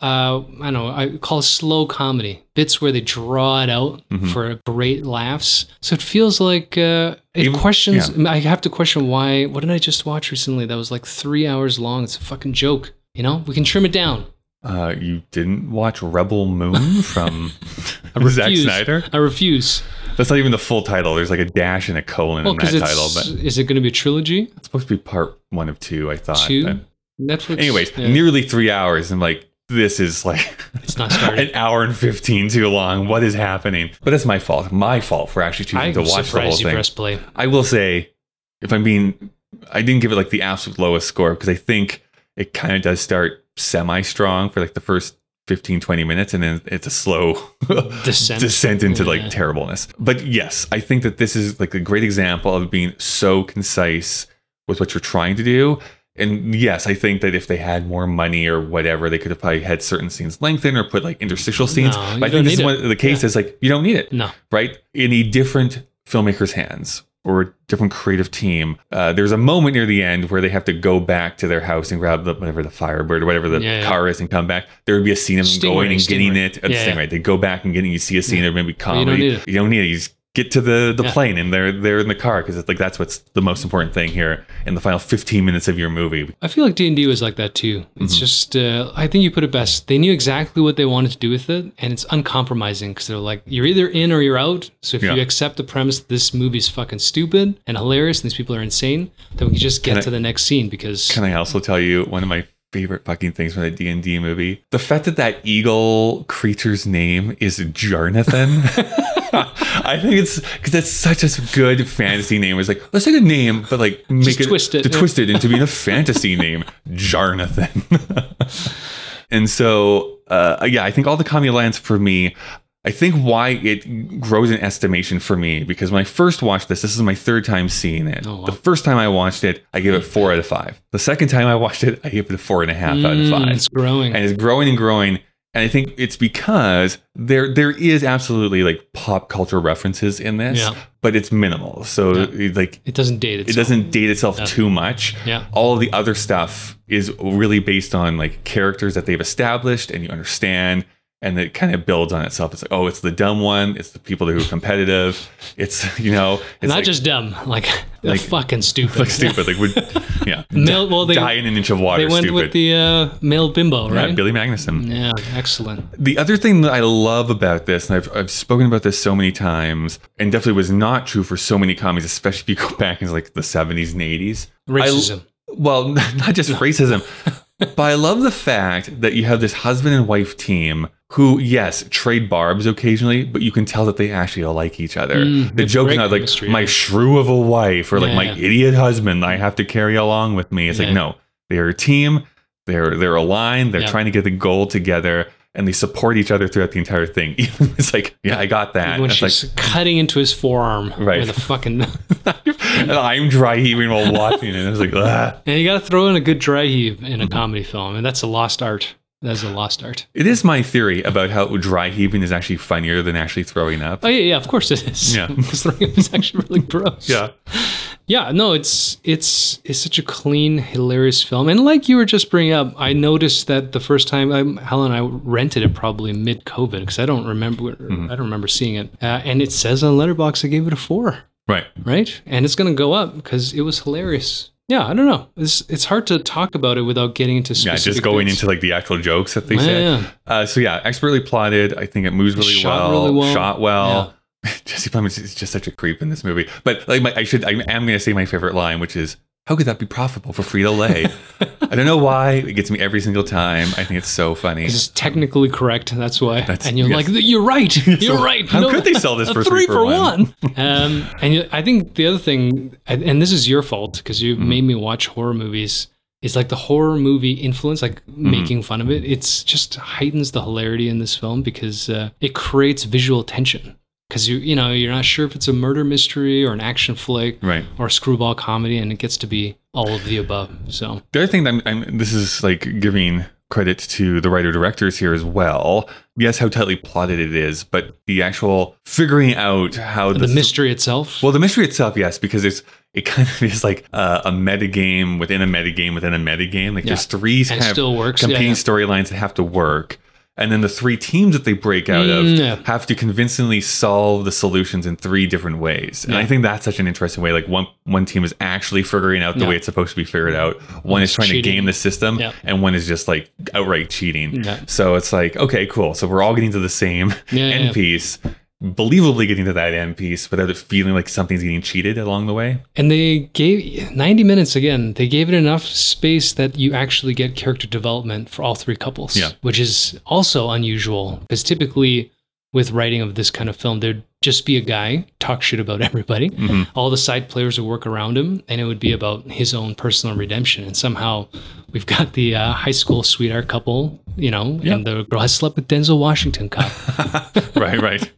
uh, I don't know, I call it slow comedy bits where they draw it out
Mm-hmm.
for great laughs. So it feels like uh, it
Even-
questions.
yeah.
I have to question why. What did I just watch recently that was like three hours long? It's a fucking joke. You know, we can trim it down.
uh, you didn't watch rebel moon from Zack
Refuse.
snyder
I refuse.
that's not even the full title there's like a dash and a colon
Well,
in that
because it's
title but
is it going to be a trilogy?
it's supposed to be part one of two i thought
Two
Uh,
Netflix.
anyways
Yeah.
nearly three hours and like this is like
it's not started.
an hour and 15 too long. What is happening? But it's my fault. My fault for actually choosing
I'm
to watch the whole
surprised you
thing.
press play.
I will say, if I'm being, I didn't give it like the absolute lowest score because I think it kind of does start semi strong for like the first 15, 20 minutes and then it's a slow
Descent.
into
Yeah.
like terribleness. But yes, I think that this is like a great example of being so concise with what you're trying to do. And yes, I think that if they had more money or whatever, they could have probably had certain scenes lengthened or put like interstitial scenes.
No, you
but I think
don't
this is
need
one
it.
of the case is like you don't need it
No.
right in a different filmmaker's hands or a different creative team uh, there's a moment near the end where they have to go back to their house and grab the, whatever the firebird or whatever the
Yeah, yeah.
car is and come back there would be a scene of them
Stingray,
going and getting
Stingray.
it uh,
Yeah, yeah.
stingray. they go back and getting you see a scene of maybe
you don't
comedy
need it.
you don't need it you just get to the, the
Yeah.
plane and they're they're in the car because it's like that's what's the most important thing here in the final 15 minutes of your movie
I feel like D and D was like that too. It's
Mm-hmm.
just, uh, I think you put it best. They knew exactly what they wanted to do with it, and it's uncompromising because they're like, you're either in or you're out. So if
Yeah.
you accept the premise, this movie's fucking stupid and hilarious, and these people are insane, then we can just get
Can I-
to the next scene because
Can I also tell you one of my favorite fucking things from the D and D movie? The fact that that eagle creature's name is Jarnathan. I think it's because that's such a good fantasy name. It's like let's take a name, but like make it
twist it,
to
yeah.
twist it into being a fantasy name, Jarnathan. and so, uh, yeah, I think all the comedy lines for me. I think why it grows in estimation for me because when I first watched this, this is my third time seeing it.
Oh, wow.
The first time I watched it, I gave it four out of five. The second time I watched it, I gave it a four and a half out of
Mm,
five.
it's growing.
And it's growing and growing. And I think it's because there there is absolutely like pop culture references in this,
Yeah.
but it's minimal. So
Yeah.
like
it doesn't date itself.
it doesn't date itself too much.
Yeah.
All of the other stuff is really based on like characters that they've established and you understand. and it kind of builds on itself. It's like, oh, it's the dumb one. It's the people who are competitive. It's you know, it's
Not
like,
just dumb, like, they're
like-
fucking stupid.
like stupid. Like would yeah,
Mil- well, they-
die in an inch of water.
they went
stupid.
with the uh, male bimbo,
yeah,
right?
Billy Magnuson.
yeah, excellent.
The other thing that I love about this, and I've, I've spoken about this so many times, and definitely was not true for so many comedies, especially if you go back into like the 70s and 80s. I-
Racism.
well, not just racism, but I love the fact that you have this husband and wife team who, yes, trade barbs occasionally, but you can tell that they actually like each other. the joke's
Mm, great
not like
chemistry,
my
yeah.
shrew of a wife or like my
Yeah.
idiot husband I have to carry along with me. It's like
Yeah.
no, they're a team. They're they're aligned. They're
Yeah.
trying to get the goal together. And they support each other throughout the entire thing. Even it's like, yeah, I got that.
when
It's like,
she's cutting into his forearm
Right.
with a fucking
and I'm dry heaving while watching it. And it's like, ah.
and you gotta throw in a good dry heave in
Mm-hmm.
a comedy film and that's a lost art that's a lost art
It is my theory about how dry heaving is actually funnier than actually throwing up.
oh yeah yeah of course it is
Yeah.
because throwing up is actually really gross yeah no it's it's it's such a clean hilarious film and like you were just bringing up i noticed that the first time um, helen and i rented it probably mid-covid because i don't remember
Mm-hmm.
i don't remember seeing it uh, and it says on letterbox i gave it a four
Right.
right? And it's going to go up because it was hilarious. Yeah, I don't know. It's it's hard to talk about it without getting into
Yeah,
specific.
just going
bits.
into like the actual jokes that they
Yeah,
said.
yeah.
Uh, so yeah, expertly plotted. I think it moves really,
Shot
well,
really well.
Shot well. Jesse Plemons is just such a creep in this movie. But like, my, I should. I am going to say my favorite line, which is, "How could that be profitable for Frito Lay?" I don't know why it gets me every single time. I think it's so funny.
This is technically correct. That's why.
That's-
and you're
yes.
like, you're right. You're right.
how could they sell this
a
for
three, for one? um, and you- I think the other thing, and- and this is your fault because
Mm.
you made me watch horror movies. Is like the horror movie influence, like
Mm-hmm.
making fun of it. It's just heightens the hilarity in this film because uh, it creates visual tension. Because you you know you're not sure if it's a murder mystery or an action flick
Right.
or screwball comedy, and it gets to be all of the above. So
The other thing that I'm, I'm this is like giving credit to the writer directors here as well. Yes, how tightly plotted it is, but the actual figuring out how
the mystery itself.
Well, the mystery itself, yes, because it's it kind of is like uh, a metagame within a metagame within a metagame. Like there's three
And it
kind of
still works, yeah,
competing
yeah.
storylines that have to work. And then the three teams that they break out of
Mm, yeah.
have to convincingly solve the solutions in three different ways. And I think that's such an interesting way. Like one one team is actually figuring out the
Yeah.
way it's supposed to be figured out. One is trying to
cheating.
game the system,
Yeah.
and one is just like outright cheating.
Yeah.
So it's like, okay, cool. So we're all getting to the same
Yeah,
end
yeah.
piece, believably getting to that end piece without it feeling like something's getting cheated along the way.
And they gave 90 minutes again. They gave it enough space that you actually get character development for all three couples,
Yeah.
which is also unusual because typically with writing of this kind of film, there'd just be a guy talk shit about everybody. All the side players would work around him, and it would be about his own personal redemption. And somehow, we've got the uh, high school sweetheart couple, you know, and the girl has slept with Denzel Washington cop
Right, right.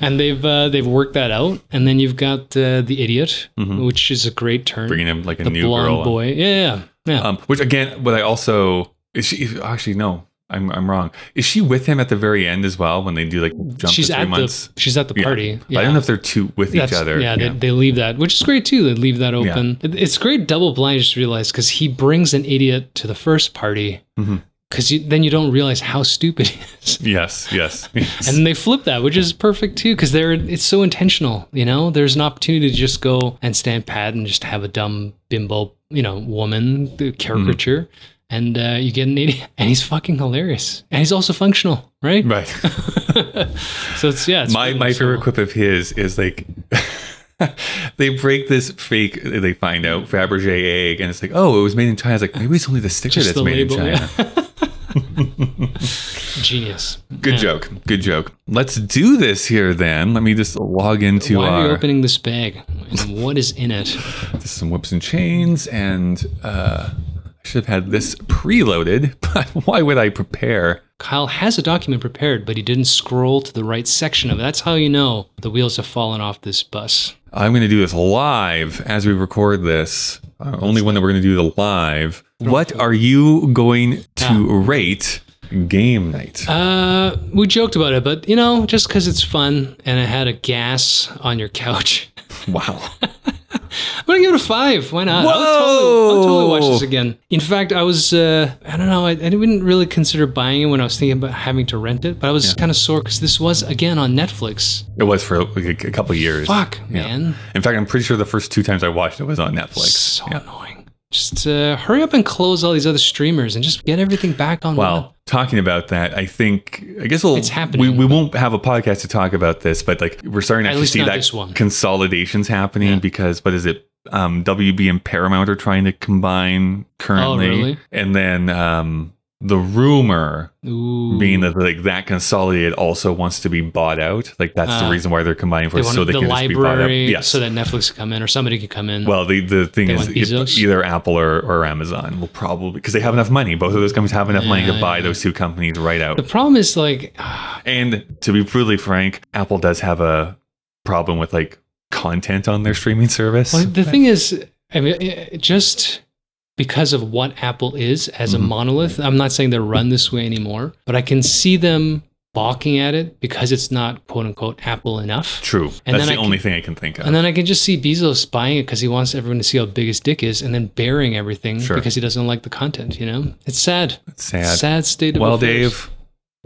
and they've uh, they've worked that out. And then you've got uh, the idiot, which is a great turn.
Bringing him like a
the
new
blonde
girl.
boy, yeah, yeah, yeah.
Um, which again, what I also is she is- actually no, I'm I'm wrong. Is she with him at the very end as well when they do like jump
she's
to three
at
months?
the she's at the
Yeah.
party.
But I don't know if they're two with each other.
Yeah, They, they leave that, which is great too. They leave that open. It- It's great double blind. I just realized because he brings an idiot to the first party, because then you don't realize how stupid he is.
Mm-hmm. yes, yes.
And then they flip that, which is perfect too, because they're it's so intentional. You know, there's an opportunity to just go and stand pat and just have a dumb bimbo, you know, woman
Mm-hmm.
the caricature, and uh, you get an idiot, and he's fucking hilarious, and he's also functional, right?
right.
So it's yeah, it's
my
really
my favorite
cool.
quip of his is like they break this fake they find out Fabergé egg and it's like oh it was made in China it's like maybe it's only the sticker
Just
that's
the
made
label,
in
yeah.
China
genius.
good joke good joke let's do this here then let me just log into
Why are
our
you opening this bag? And what is in it?
just some whips and chains and uh I should have had this preloaded but why would I prepare
Kyle has a document prepared, but he didn't scroll to the right section of it. That's how you know the wheels have fallen off this bus.
I'm going to do this live as we record this uh, only one that we're going to do the live what are you going to
Ah.
rate game night
Uh, we joked about it, but you know, just because it's fun and it had a gas on your couch,
Wow.
I'm gonna give it a five. Why not? I'll totally, I'll totally watch this again. In fact, I was uh, I don't know. I, I didn't really consider buying it when I was thinking about having to rent it, but I was kind of sore because this was again on Netflix.
It was for like a, a couple years.
Fuck,
Yeah.
man,
In fact, I'm pretty sure the first two times I watched it was on Netflix.
so
Yeah.
annoying. Just uh, hurry up and close all these other streamers and just get everything back on.
Well, talking about that, I think I guess we'll
It's happening,
we, we won't have a podcast to talk about this, but like we're starting to
At
actually
least
see
not
that
this one.
consolidations happening because what is it? Um, WB and Paramount are trying to combine currently,
Oh, really?
and then um, the rumor
one. Ooh,
being that like that consolidated also wants to be bought out. Like that's the
Ah.
reason why they're combining for
they
it,
want
so they
the
can just be bought up.
library
Yes.
so that Netflix can come in or somebody could come in.
well, the, the thing
They
is,
want
if
Bezos?
either Apple or, or Amazon will probably because they have enough money. Both of those companies have enough money to
Yeah,
buy
yeah.
those two companies right out.
the problem is like
And to be brutally frank, Apple does have a problem with like content on their streaming service.
Well, the thing is, I mean, it- it just because of what Apple is as
Mm-hmm.
a monolith, I'm not saying they're run this way anymore, but I can see them balking at it because it's not quote unquote Apple enough.
True.
And
That's
then
the
I
only
can-
thing I can think of.
And then I can just see Bezos buying it because he wants everyone to see how big his dick is and then burying everything
Sure.
because he doesn't like the content, you know? It's sad.
sad.
Sad state of
well,
affairs.
Dave,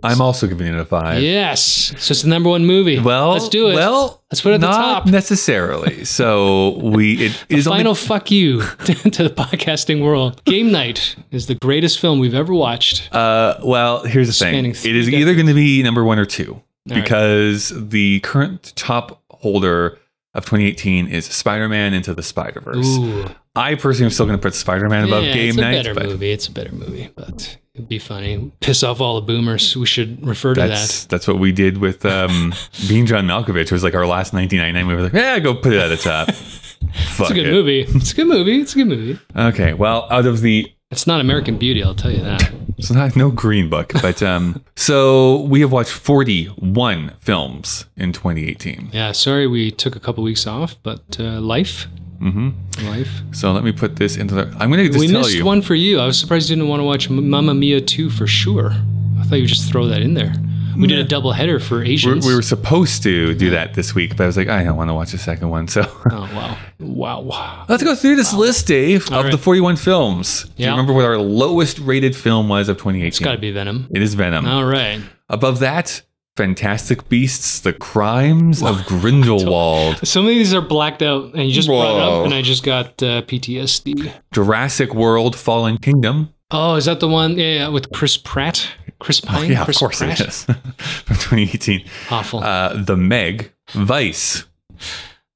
I'm also giving it a five.
Yes. So it's the number one movie.
Well,
let's do it.
Well,
let's put it at the
not
top.
necessarily. So we it is
final
only,
fuck you to, to the podcasting world. Game Night is the greatest film we've ever watched.
uh, well. Here's the thing:
Spanning
it is
three
either going to be number one or two
right.
because the current top holder of 2018 is Spider-Man Into the Spider-Verse.
Ooh,
I personally am still going to put Spider-Man above
yeah,
Game
it's
Night,
a better
but
movie. It's a better movie, but it'd be funny. Piss off all the boomers. We should refer to
That's that's what we did with um, Being John Malkovich. It was like our last 1999. We were like, yeah, go put it at the top. Fuck
that. It's a good
it.
movie. It's a good movie. It's a good movie.
Okay, well, out of the
It's not American Beauty, I'll tell you that.
it's not no Green Book, but um, so we have watched 41 films in 2018.
Yeah, sorry we took a couple weeks off, but uh, life, mm-hmm. life.
So let me put this into the. I'm gonna just
we
tell
missed
you.
one for you. I was surprised you didn't want to watch M- Mamma Mia 2 for sure. I thought you just throw that in there. We did a double header for
We're-
Asians.
we were supposed to do that this week, but I was like, I don't want to watch the second one. So
oh wow, wow, wow.
let's go through this list, Dave, of
right.
the 41 films. Do you
Yeah.
remember what our lowest rated film was of 2018?
It's got to be Venom.
It is Venom.
All right.
Above that, Fantastic Beasts: The Crimes of Grindelwald,
Some of these are blacked out, and you just brought it
Whoa.
up, and I just got uh, PTSD.
Jurassic World: Fallen Kingdom.
Oh, is that the one? Yeah, yeah with Chris Pratt. Chris Pine.
Oh, Yeah,
Chris
of course
Pratt?
it is from 2018.
Awful.
Uh, the Meg, Vice,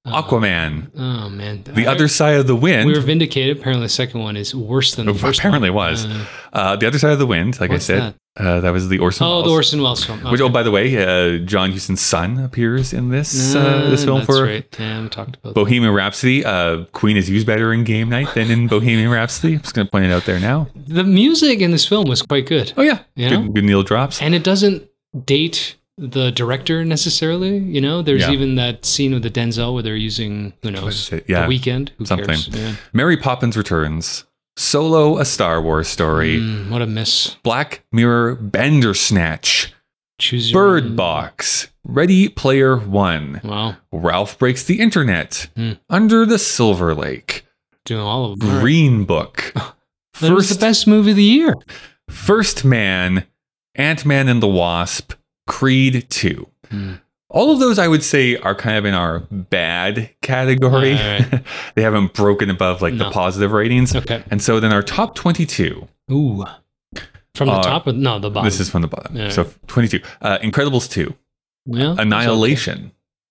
Aquaman,
oh man.
The Other Side of the Wind.
Uh, We were vindicated. Apparently, the second one is worse
Oh,
than the first.
apparently
one.
was
Uh,
uh, the Other Side of the Wind. Like I
what's
said, Uh, that was the Orson.
oh,
Welles.
the Orson Welles film.
Which,
Okay.
oh, by the way, uh, John Huston's son appears in this uh, this
Uh,
film
that's
for
right. Yeah, we talked about. that.
Bohemian Rhapsody. Uh, Queen is used better in Game Night than in Bohemian Rhapsody. I'm just going to point it out there now.
The music in this film was quite good,
Oh yeah,
You know?
good, good Neil drops.
and it doesn't date the director necessarily. You know, there's
Yeah.
even that scene with the Denzel where they're using who knows
is it? Yeah.
the weekend. Who
Something.
cares? Yeah.
Mary Poppins Returns, Solo, a Star Wars story,
Mm, what a miss.
Black Mirror, Bandersnatch,
Choose your
Bird
own-
Box, Ready Player One,
Wow,
Ralph Breaks the Internet,
Hmm.
Under the Silver Lake,
doing all of them. All right.
Green Book,
That was
Mm. First,
the best movie of the year.
First Man, Ant Man and the Wasp, Creed 2.
Hmm.
All of those I would say are kind of in our bad category.
Alright,
they haven't broken above like the
No.
positive ratings.
Okay.
And so then our top 22
Ooh. From the
Uh,
top, or, no, the bottom.
This is from the bottom.
Yeah.
So 22. Uh, Incredibles 2,
yeah, it's
Annihilation,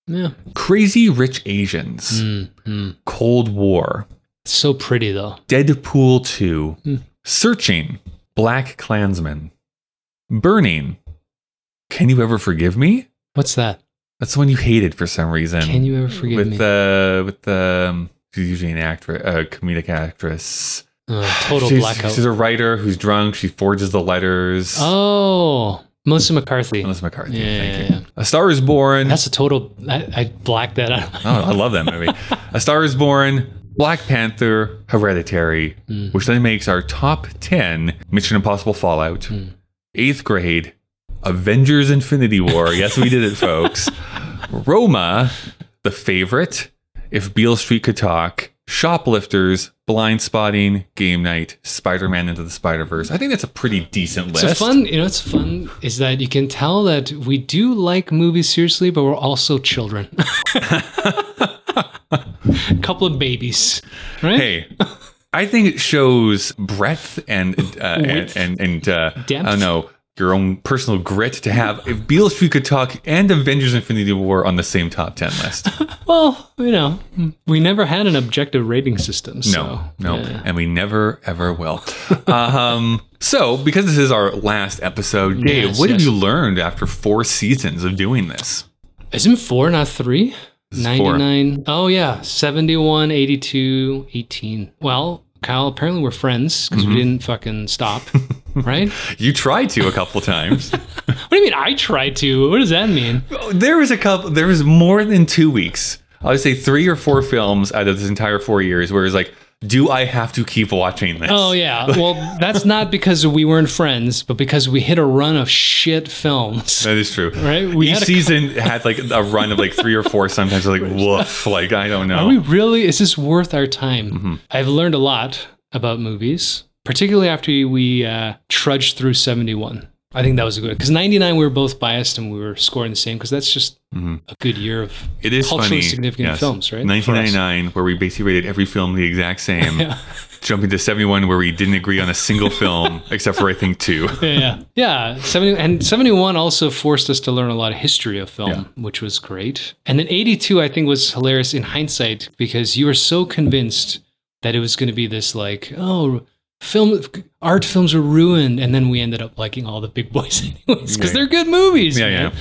okay. Yeah.
Crazy Rich Asians,
Mm, mm.
Cold War,
It's so pretty though.
Deadpool 2,
Hmm.
Searching, Black Klansman, Burning, Can You Ever Forgive Me?
What's that?
That's the one you hated for some reason.
Can you ever forgive
with
me?
the with the um, she's usually an actress, a comedic actress.
Uh, total
she's,
blackout.
She's a writer who's drunk. She forges the letters.
oh, Melissa McCarthy.
Melissa McCarthy.
Yeah,
thank
yeah,
you.
yeah.
A Star Is Born.
That's a total. I, I blacked that out.
Oh, I love that movie. A Star is Born, Black Panther, Hereditary,
Mm.
which then makes our top 10 Mission Impossible Fallout,
Mm.
eighth grade, Avengers Infinity War. Yes, we did it, folks. Roma, The Favorite, If Beale Street Could Talk, Shoplifters, Blind Spotting, Game Night, Spider Man Into the Spider Verse. I think that's a pretty decent list.
So fun, you know, it's fun is that you can tell that we do like movies seriously, but we're also children. A couple of babies, right?
Hey, I think it shows breadth and uh, and
Width.
and, and uh, I
Depth.
don't know your own personal grit to have. If Beale Street could talk and Avengers: Infinity War on the same top ten list,
Well, you know, we never had an objective rating system. So,
no, no,
yeah.
and we never ever will. um, so, because this is our last episode, Dave,
Yes,
what have
yes.
you learned after four seasons of doing this?
Isn't four not three?
This is four.
99. Oh, yeah. 71, 82, 18. Well, Kyle, apparently we're friends
Mm-hmm.
because we didn't fucking stop, right?
You tried to a couple times.
What do you mean I tried to? What does that mean?
There was a couple. There was more than two weeks. I would say three or four films out of this entire four years where it's like, do I have to keep watching this?
Oh yeah. Well, that's not because we weren't friends, but because we hit a run of shit films.
that is true.
Right? We
Each
had a
season had like a run of like three or four. Sometimes like woof. Like I don't know.
Are we really? Is this worth our time?
Mm-hmm.
I've learned a lot about movies, particularly after we uh, trudged through 71. I think that was a good because 99 we were both biased and we were scoring the same because that's just a good year of
Mm-hmm. it is
culturally
funny.
significant
yes.
films, right? for us.
1999, where we basically rated every film the exact same.
Yeah.
Jumping to 71, where we didn't agree on a single film except for I think two.
yeah, yeah. yeah. 70, and 71 also forced us to learn a lot of history of film,
Yeah.
which was great. And then 82, I think, was hilarious in hindsight because you were so convinced that it was going to be this like, oh, film art films were ruined. And then we ended up liking all the big boys anyways because
Yeah.
they're good movies.
Yeah,
man.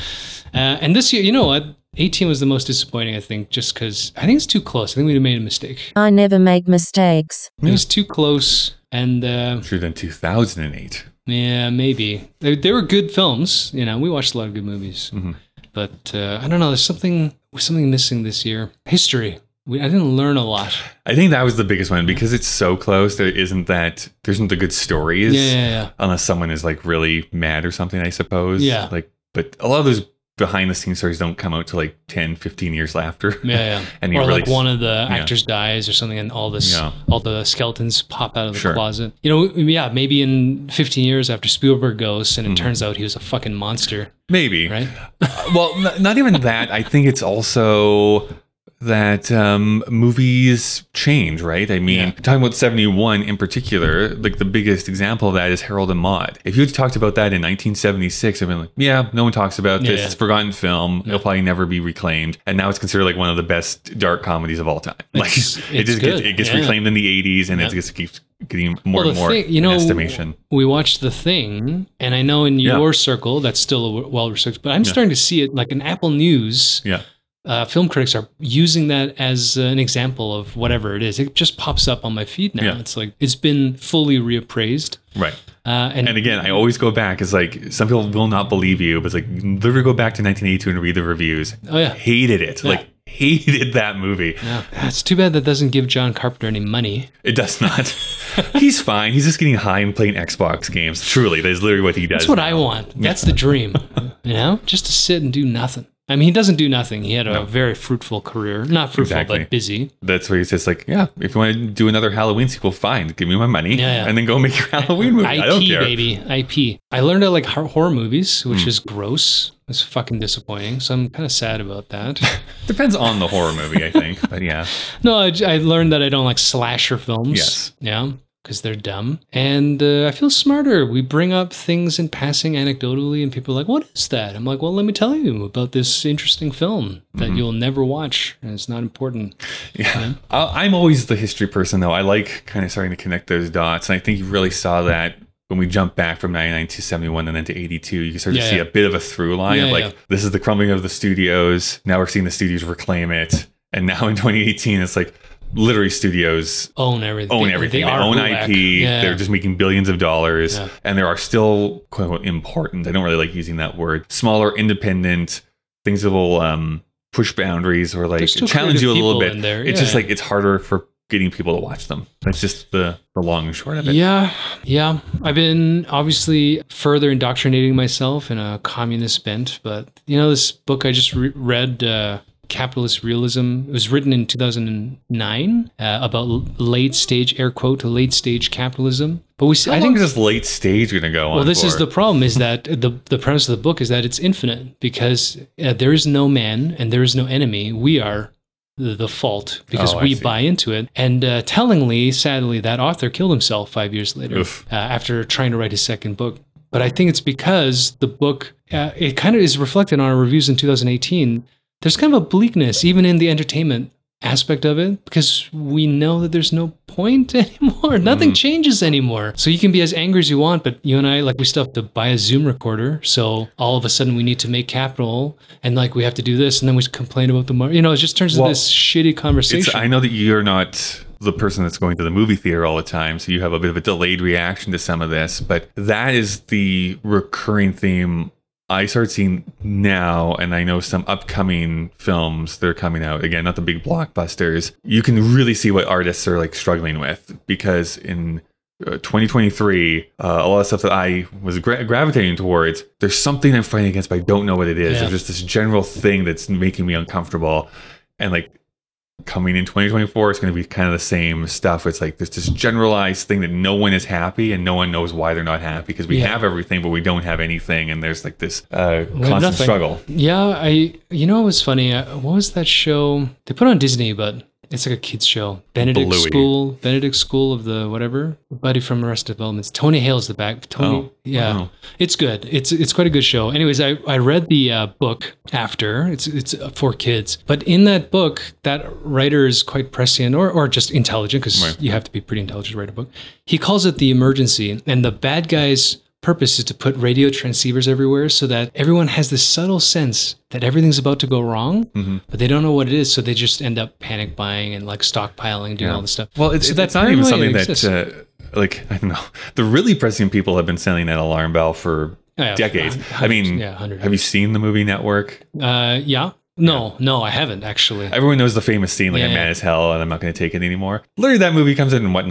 Uh, and this year, you know what? 18 was the most disappointing, I think, just because I think it's too close. I think we made a mistake.
I never make mistakes.
It was too close. And uh,
True. Then 2008.
yeah, maybe they, they were good films. You know, we watched a lot of good movies,
Mm-hmm.
but uh, I don't know. There's something something missing this year. History. We, I didn't learn a lot.
I think that was the biggest one because it's so close. There isn't that. There isn't the good stories.
Yeah, yeah, yeah.
unless someone is like really mad or something i suppose
Yeah.
like but a lot of those behind the scenes stories don't come out to like 10 15 years after
Yeah, yeah.
And you
or like
really-
one of the actors dies or something, and all this,
Yeah.
all the skeletons pop out of the
Sure.
closet. You know, yeah, maybe in 15 years after Spielberg goes,
Mm-hmm.
and it turns out he was a fucking monster,
maybe
right?
well n- not even that i think it's also that um movies change right i mean
Yeah.
talking about 71 in particular like the biggest example of that is harold and maude if you had talked about that in 1976 i've been like yeah no one talks about this
Yeah.
it's a forgotten film it'll probably never be reclaimed and now it's considered like one of the best dark comedies of all time like
It's-
it
it's
just gets,
good,
it gets
yeah.
reclaimed in the 80s and it
Yeah.
just keeps getting more
Well,
and
the
more
thing- you know,
in estimation
we watched the thing and i know in
Yeah.
your circle that's still well researched but i'm starting to see it like in apple news
yeah
uh, film critics are using that as an example of whatever it is it just pops up on my feed now
Yeah.
it's like it's been fully reappraised
right
uh, and,
And again, I always go back. It's like some people will not believe you, but it's like literally go back to 1982 and read the reviews.
oh yeah
Hated it.
Yeah.
Like hated that movie.
yeah. it's too bad that doesn't give john carpenter any money
It does not. He's fine. He's just getting high and playing Xbox games. Truly, that is literally what he does.
that's what i want that's the dream you know just to sit and do nothing i mean he doesn't do nothing he had a very fruitful career not fruitful
Exactly.
but busy
That's where he's just like, yeah. If you want to do another Halloween sequel, fine. Give me my money,
Yeah, yeah.
and then go make your Halloween movie. I don't
IP,
care. Hmm.
baby. IP. I learned I like hor- horror movies, which is gross. It's fucking disappointing. So I'm kind of sad about that.
Depends on the horror movie, I think. But yeah,
no, I, j- I learned that I don't like slasher films.
Yes.
Yeah. Because they're dumb. And uh, I feel smarter. We bring up things in passing anecdotally, and people are like, what is that? I'm like, well, let me tell you about this interesting film that
Mm-hmm.
you'll never watch, and it's not important.
Yeah. I, I'm always the history person, though. I like kind of starting to connect those dots. And I think you really saw that when we jump back from 99 to 71 and then to 82. You can start
Yeah,
to see
yeah.
a bit of a through line of
Yeah,
like,
yeah.
this is the crumbling of the studios. Now we're seeing the studios reclaim it. And now in 2018, it's like literally studios
Own everything.
own everything. They,
are
own
black.
IP.
Yeah.
They're just making billions of dollars.
Yeah.
And there are still quote unquote important. I don't really like using that word. Smaller, independent things that will um, push boundaries or like
There's still
challenge you a
creative
little
people
bit.
in there,
It's just
yeah.
like it's harder for getting people to watch them. That's just the, the long and short of it.
Yeah, yeah. I've been obviously further indoctrinating myself in a communist bent, but you know, this book I just re- read, uh, capitalist realism. It was written in 2009 uh, about late stage air quote late stage capitalism. But we s-
How
I
long
think
is this late stage going to go on?
well, this is
for?
the problem: is that the the premise of the book is that it's infinite because uh, there is no man and there is no enemy. We are the, the fault because
Oh, I
we
see.
buy into it. And uh, tellingly, sadly, that author killed himself five years later
Oof.
uh, after trying to write his second book. But I think it's because the book uh, it kind of is reflected on our reviews in 2018. There's kind of a bleakness even in the entertainment aspect of it because we know that there's no point anymore. Nothing
Mm.
changes anymore. So you can be as angry as you want, but you and I, like, we still have to buy a Zoom recorder. So all of a sudden we need to make capital and, like, we have to do this. And then we complain about the market. You know, it just turns
Well,
into this shitty
It's,
conversation.
I know that you're not the person that's going to the movie theater all the time, so you have a bit of a delayed reaction to some of this, but that is the recurring theme I start seeing now, and I know some upcoming films that are coming out. Again, not the big blockbusters. You can really see what artists are like struggling with because in uh, 2023, uh, a lot of stuff that I was gra- gravitating towards, there's something I'm fighting against, but I don't know what it is.
Yeah.
There's just this general thing that's making me uncomfortable. And like coming in 2024 it's going to be kind of the same stuff it's like there's this generalized thing that no one is happy and no one knows why they're not happy because we
Yeah.
have everything but we don't have anything and there's like this uh, constant
nothing.
struggle
Yeah, I. You know, it was funny. Uh, What was that show they put on Disney? But it's like a kids show. Benedict
Bluey.
School, Benedict School of the whatever buddy from Arrested Development's Tony Hale's the back. Tony,
Oh,
yeah,
wow.
it's good. It's it's quite a good show. Anyways, I I read the uh, book after. It's it's uh, for kids, but in that book, that writer is quite prescient or or just intelligent because
Right.
you have to be pretty intelligent to write a book. He calls it the emergency, and the bad guys purpose is to put radio transceivers everywhere so that everyone has this subtle sense that everything's about to go wrong,
Mm-hmm.
but they don't know what it is, so they just end up panic buying and like stockpiling, doing all this stuff.
well it's,
so
that's
that
not even
paranoia
something that
exists.
uh, like i don't know the really pressing people have been selling that alarm bell for
Oh, Yeah,
decades
hundreds-
i mean
yeah, hundreds.
have you seen the movie network
Uh, yeah. No, no, I haven't actually.
everyone knows the famous scene like i'm
Yeah.
mad as hell and i'm not going to take it anymore literally that movie comes out in what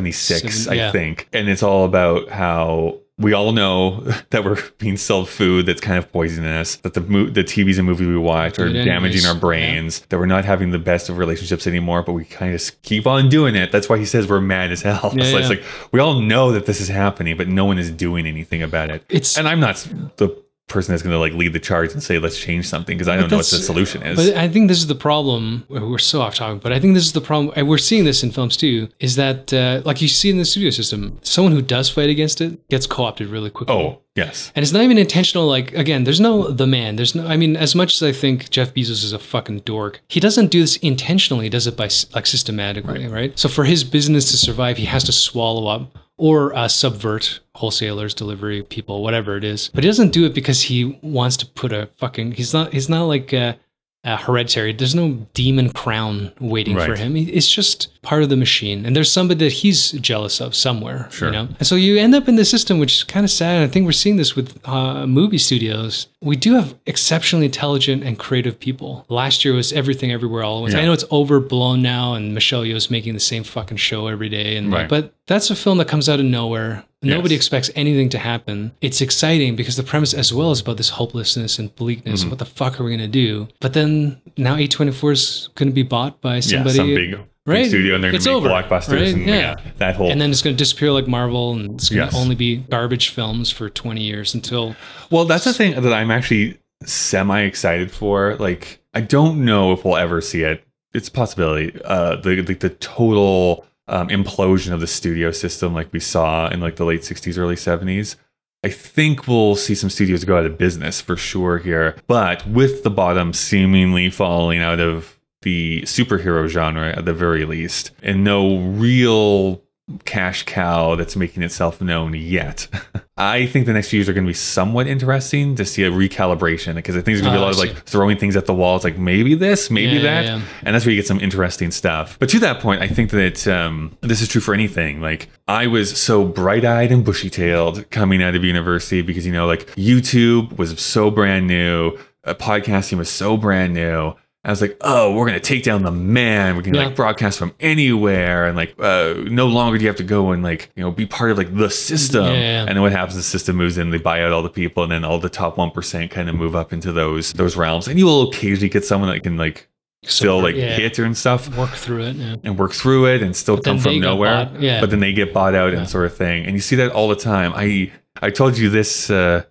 1976
Seven- yeah.
i think and it's all about how we all know that we're being sold food that's kind of poisoning us that the mo- the tvs and movies we watch are
Do it
damaging
anyways.
our brains that we're not having the best of relationships anymore but we kind of keep on doing it that's why he says we're mad as hell
Yeah,
so
yeah.
it's like we all know that this is happening but no one is doing anything about it
It's-
and i'm not the person that's going to like lead the charge and say let's change something because i don't know what
that's-
the solution is
But I think this is the problem. We're so off topic, but I think this is the problem. And we're seeing this in films too. Is that uh, like you see in the studio system, someone who does fight against it gets co-opted really quickly.
oh yes
And it's not even intentional. Like again, there's no the man. There's no. I mean, as much as I think Jeff Bezos is a fucking dork, he doesn't do this intentionally. He does it by s- like systematically, right? So for his business to survive, he has to swallow up or uh, subvert wholesalers, delivery people, whatever it is. But he doesn't do it because he wants to put a fucking. He's not. He's not like. Uh, uh, hereditary. There's no demon crown waiting for
Right.
him. He- It's just part of the machine, and there's somebody that he's jealous of somewhere. You know, and so you end up in this system, which is kind of sad. And I think we're seeing this with uh, movie studios. We do have exceptionally intelligent and creative people. Last year was everything, everywhere, all at once. I
Yeah.
know it's overblown now, and Michelle Yeoh's making the same fucking show every day, and
Right.
but that's a film that comes out of nowhere. Nobody
Yes.
expects anything to happen. It's exciting because the premise as well is about this hopelessness and bleakness.
Mm-hmm.
What the fuck are we gonna do? But then now A24 is gonna be bought by somebody,
yeah, some big, big
right?
studio, and they're going
It's
to make
over,
blockbusters
right?
and
Yeah.
yeah. that whole.
and then it's gonna disappear like Marvel, and it's gonna
Yes.
only be garbage films for twenty years until
well, that's the thing that I'm actually semi excited for. Like, I don't know if we'll ever see it. It's a possibility. Uh, the the, the total um, implosion of the studio system, like we saw in like the late '60s, early '70s. I think we'll see some studios go out of business for sure here. But with the bottom seemingly falling out of the superhero genre at the very least, and no real cash cow that's making itself known yet. I think the next few years are going to be somewhat interesting to see a recalibration because I think there's going to be
Oh,
a lot of
I see.
like throwing things at the wall. It's like maybe this, maybe
Yeah,
that
yeah, yeah.
and that's where you get some interesting stuff. But to that point, I think that um, this is true for anything. Like I was so bright-eyed and bushy-tailed coming out of university because you know, like YouTube was so brand new, uh, podcasting was so brand new, I was like, oh, we're gonna take down the man. We can
Yeah.
like broadcast from anywhere, and like, uh, no longer do you have to go and like, you know, be part of like the system.
Yeah, yeah, yeah.
And then what happens? The system moves in, they buy out all the people, and then all the top one percent kind of move up into those those realms. And you will occasionally get someone that can like still
Subvert-
like
yeah.
hit and stuff
work through it. Yeah.
and work through it and still
then
come
they
from
get
nowhere.
bought, yeah.
But then they get bought out and sort of thing. And you see that all the time. I I told you this uh,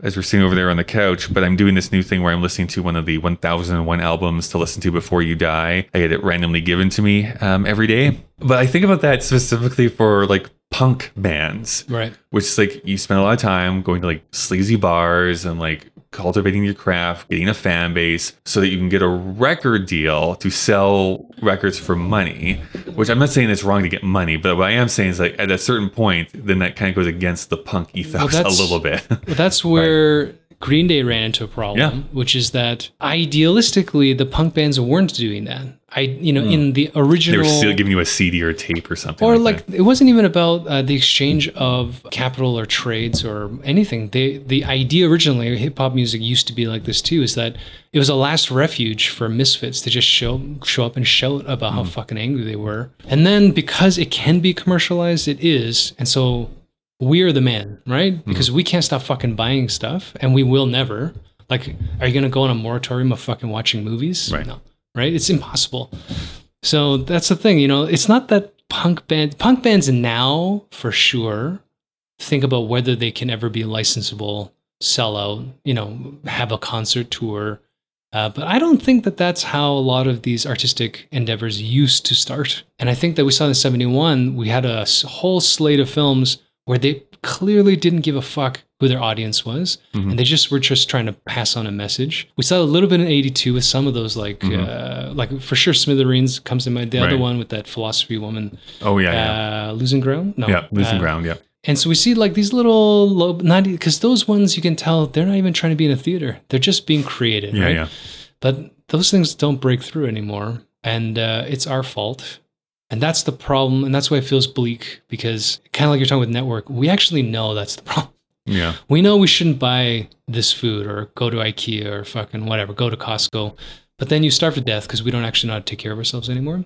as we're sitting over there on the couch, but I'm doing this new thing where I'm listening to one of the 1001 albums to listen to before you die. I get it randomly given to me um, every day. But I think about that specifically for like punk bands
Right.
which is like you spend a lot of time going to like sleazy bars and like cultivating your craft, getting a fan base so that you can get a record deal to sell records for money, which I'm not saying it's wrong to get money, but what I am saying is like at a certain point, then that kind of goes against the punk ethos a
that's-
little bit.
Well, that's where Green Day ran into a problem,
Yeah.
which is that idealistically the punk bands weren't doing that. I, you know, in the
Hmm. they
original,
were still giving you a CD or a tape or something.
or
like,
like it wasn't even about uh, the exchange of capital or trades or anything. They, the idea originally, hip hop music used to be like this too, is that it was a last refuge for misfits to just show show up and shout about
Hmm.
how fucking angry they were. And then because it can be commercialized, it is, and so we're the man, right?
Hmm.
Because we can't stop fucking buying stuff, and we will never. Like, are you gonna go on a moratorium of fucking watching movies?
Right.
No, right? It's impossible. So that's the thing, you know. It's not that punk band punk bands now for sure think about whether they can ever be licensable, sell out, you know, have a concert tour. Uh, but I don't think that that's how a lot of these artistic endeavors used to start. And I think that we saw in 71, we had a s- whole slate of films where they clearly didn't give a fuck who their audience was.
Mm-hmm.
And they just were just trying to pass on a message. We saw a little bit in 82 with some of those, like, uh, like for sure, Smithereens comes to mind. The other
Mm-hmm. Right.
one with that philosophy woman,
oh, yeah, yeah.
uh, Losing Ground? No.
yeah, losing
Uh,
ground. Yeah.
and so we see like these little low, not because those ones you can tell they're not even trying to be in a theater. They're just being created,
Yeah.
right?
Yeah.
But those things don't break through anymore, and uh, it's our fault. And that's the problem, and that's why it feels bleak because kind of like you're talking with network, we actually know that's the problem.
Yeah.
We know we shouldn't buy this food or go to IKEA or fucking whatever, go to Costco. But then you starve to death because we don't actually know how to take care of ourselves anymore.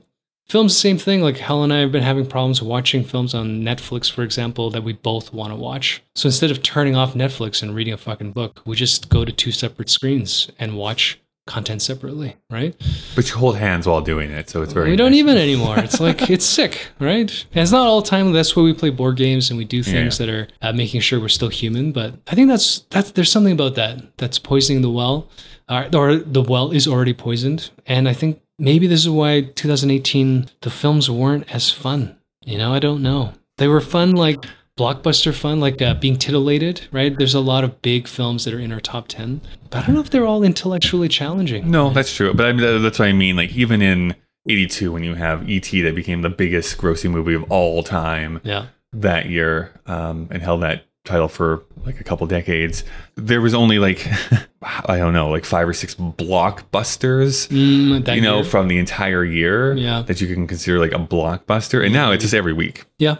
Films, same thing. Like Helen and I have been having problems watching films on Netflix, for example, that we both want to watch. So instead of turning off Netflix and reading a fucking book, we just go to two separate screens and watch content separately, right?
But you hold hands while doing it. So it's very.
we don't
nice.
even anymore. It's like it's sick, right? And it's not all the time. That's why we play board games and we do things that are uh, making sure we're still human. But I think that's that's there's something about that that's poisoning the well, uh, or the well is already poisoned. And I think maybe this is why 2018 the films weren't as fun. You know, I don't know. They were fun like blockbuster fun like uh, being titillated right there's a lot of big films that are in our top 10 but i don't know if they're all intellectually challenging
No, that's true. But I mean, that- that's what I mean. Like even in '82, when you have ET, that became the biggest grossing movie of all time
yeah
that year, um, and held that title for like a couple decades. There was only like I don't know, like five or six blockbusters.
Mm, that
You know,
year.
from the entire year
Yeah.
that you can consider like a blockbuster, and now it's just every week
yeah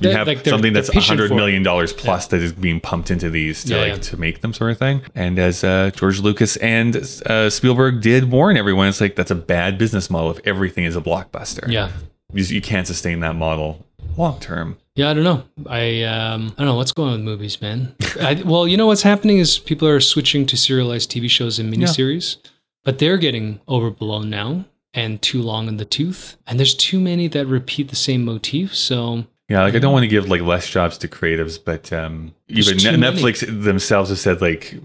you
They're-
have
like, they're-
something
they're
that's
pitching
hundred
for it.
million dollars plus that is being pumped into these to
Yeah,
like
yeah.
to make them sort of thing. And as uh, George Lucas and uh, Spielberg did warn everyone, it's like that's a bad business model if everything is a blockbuster.
Yeah.
you, you can't sustain that model long term.
Yeah, I don't know. I um, I don't know what's going on with movies, man. I, well, you know what's happening is people are switching to serialized TV shows and miniseries, but they're getting overblown now and too long in the tooth. And there's too many that repeat the same motif. So
Yeah, like I don't want to give like less jobs to creatives, but um,
There's
even
too
Net-
many.
Netflix themselves have said like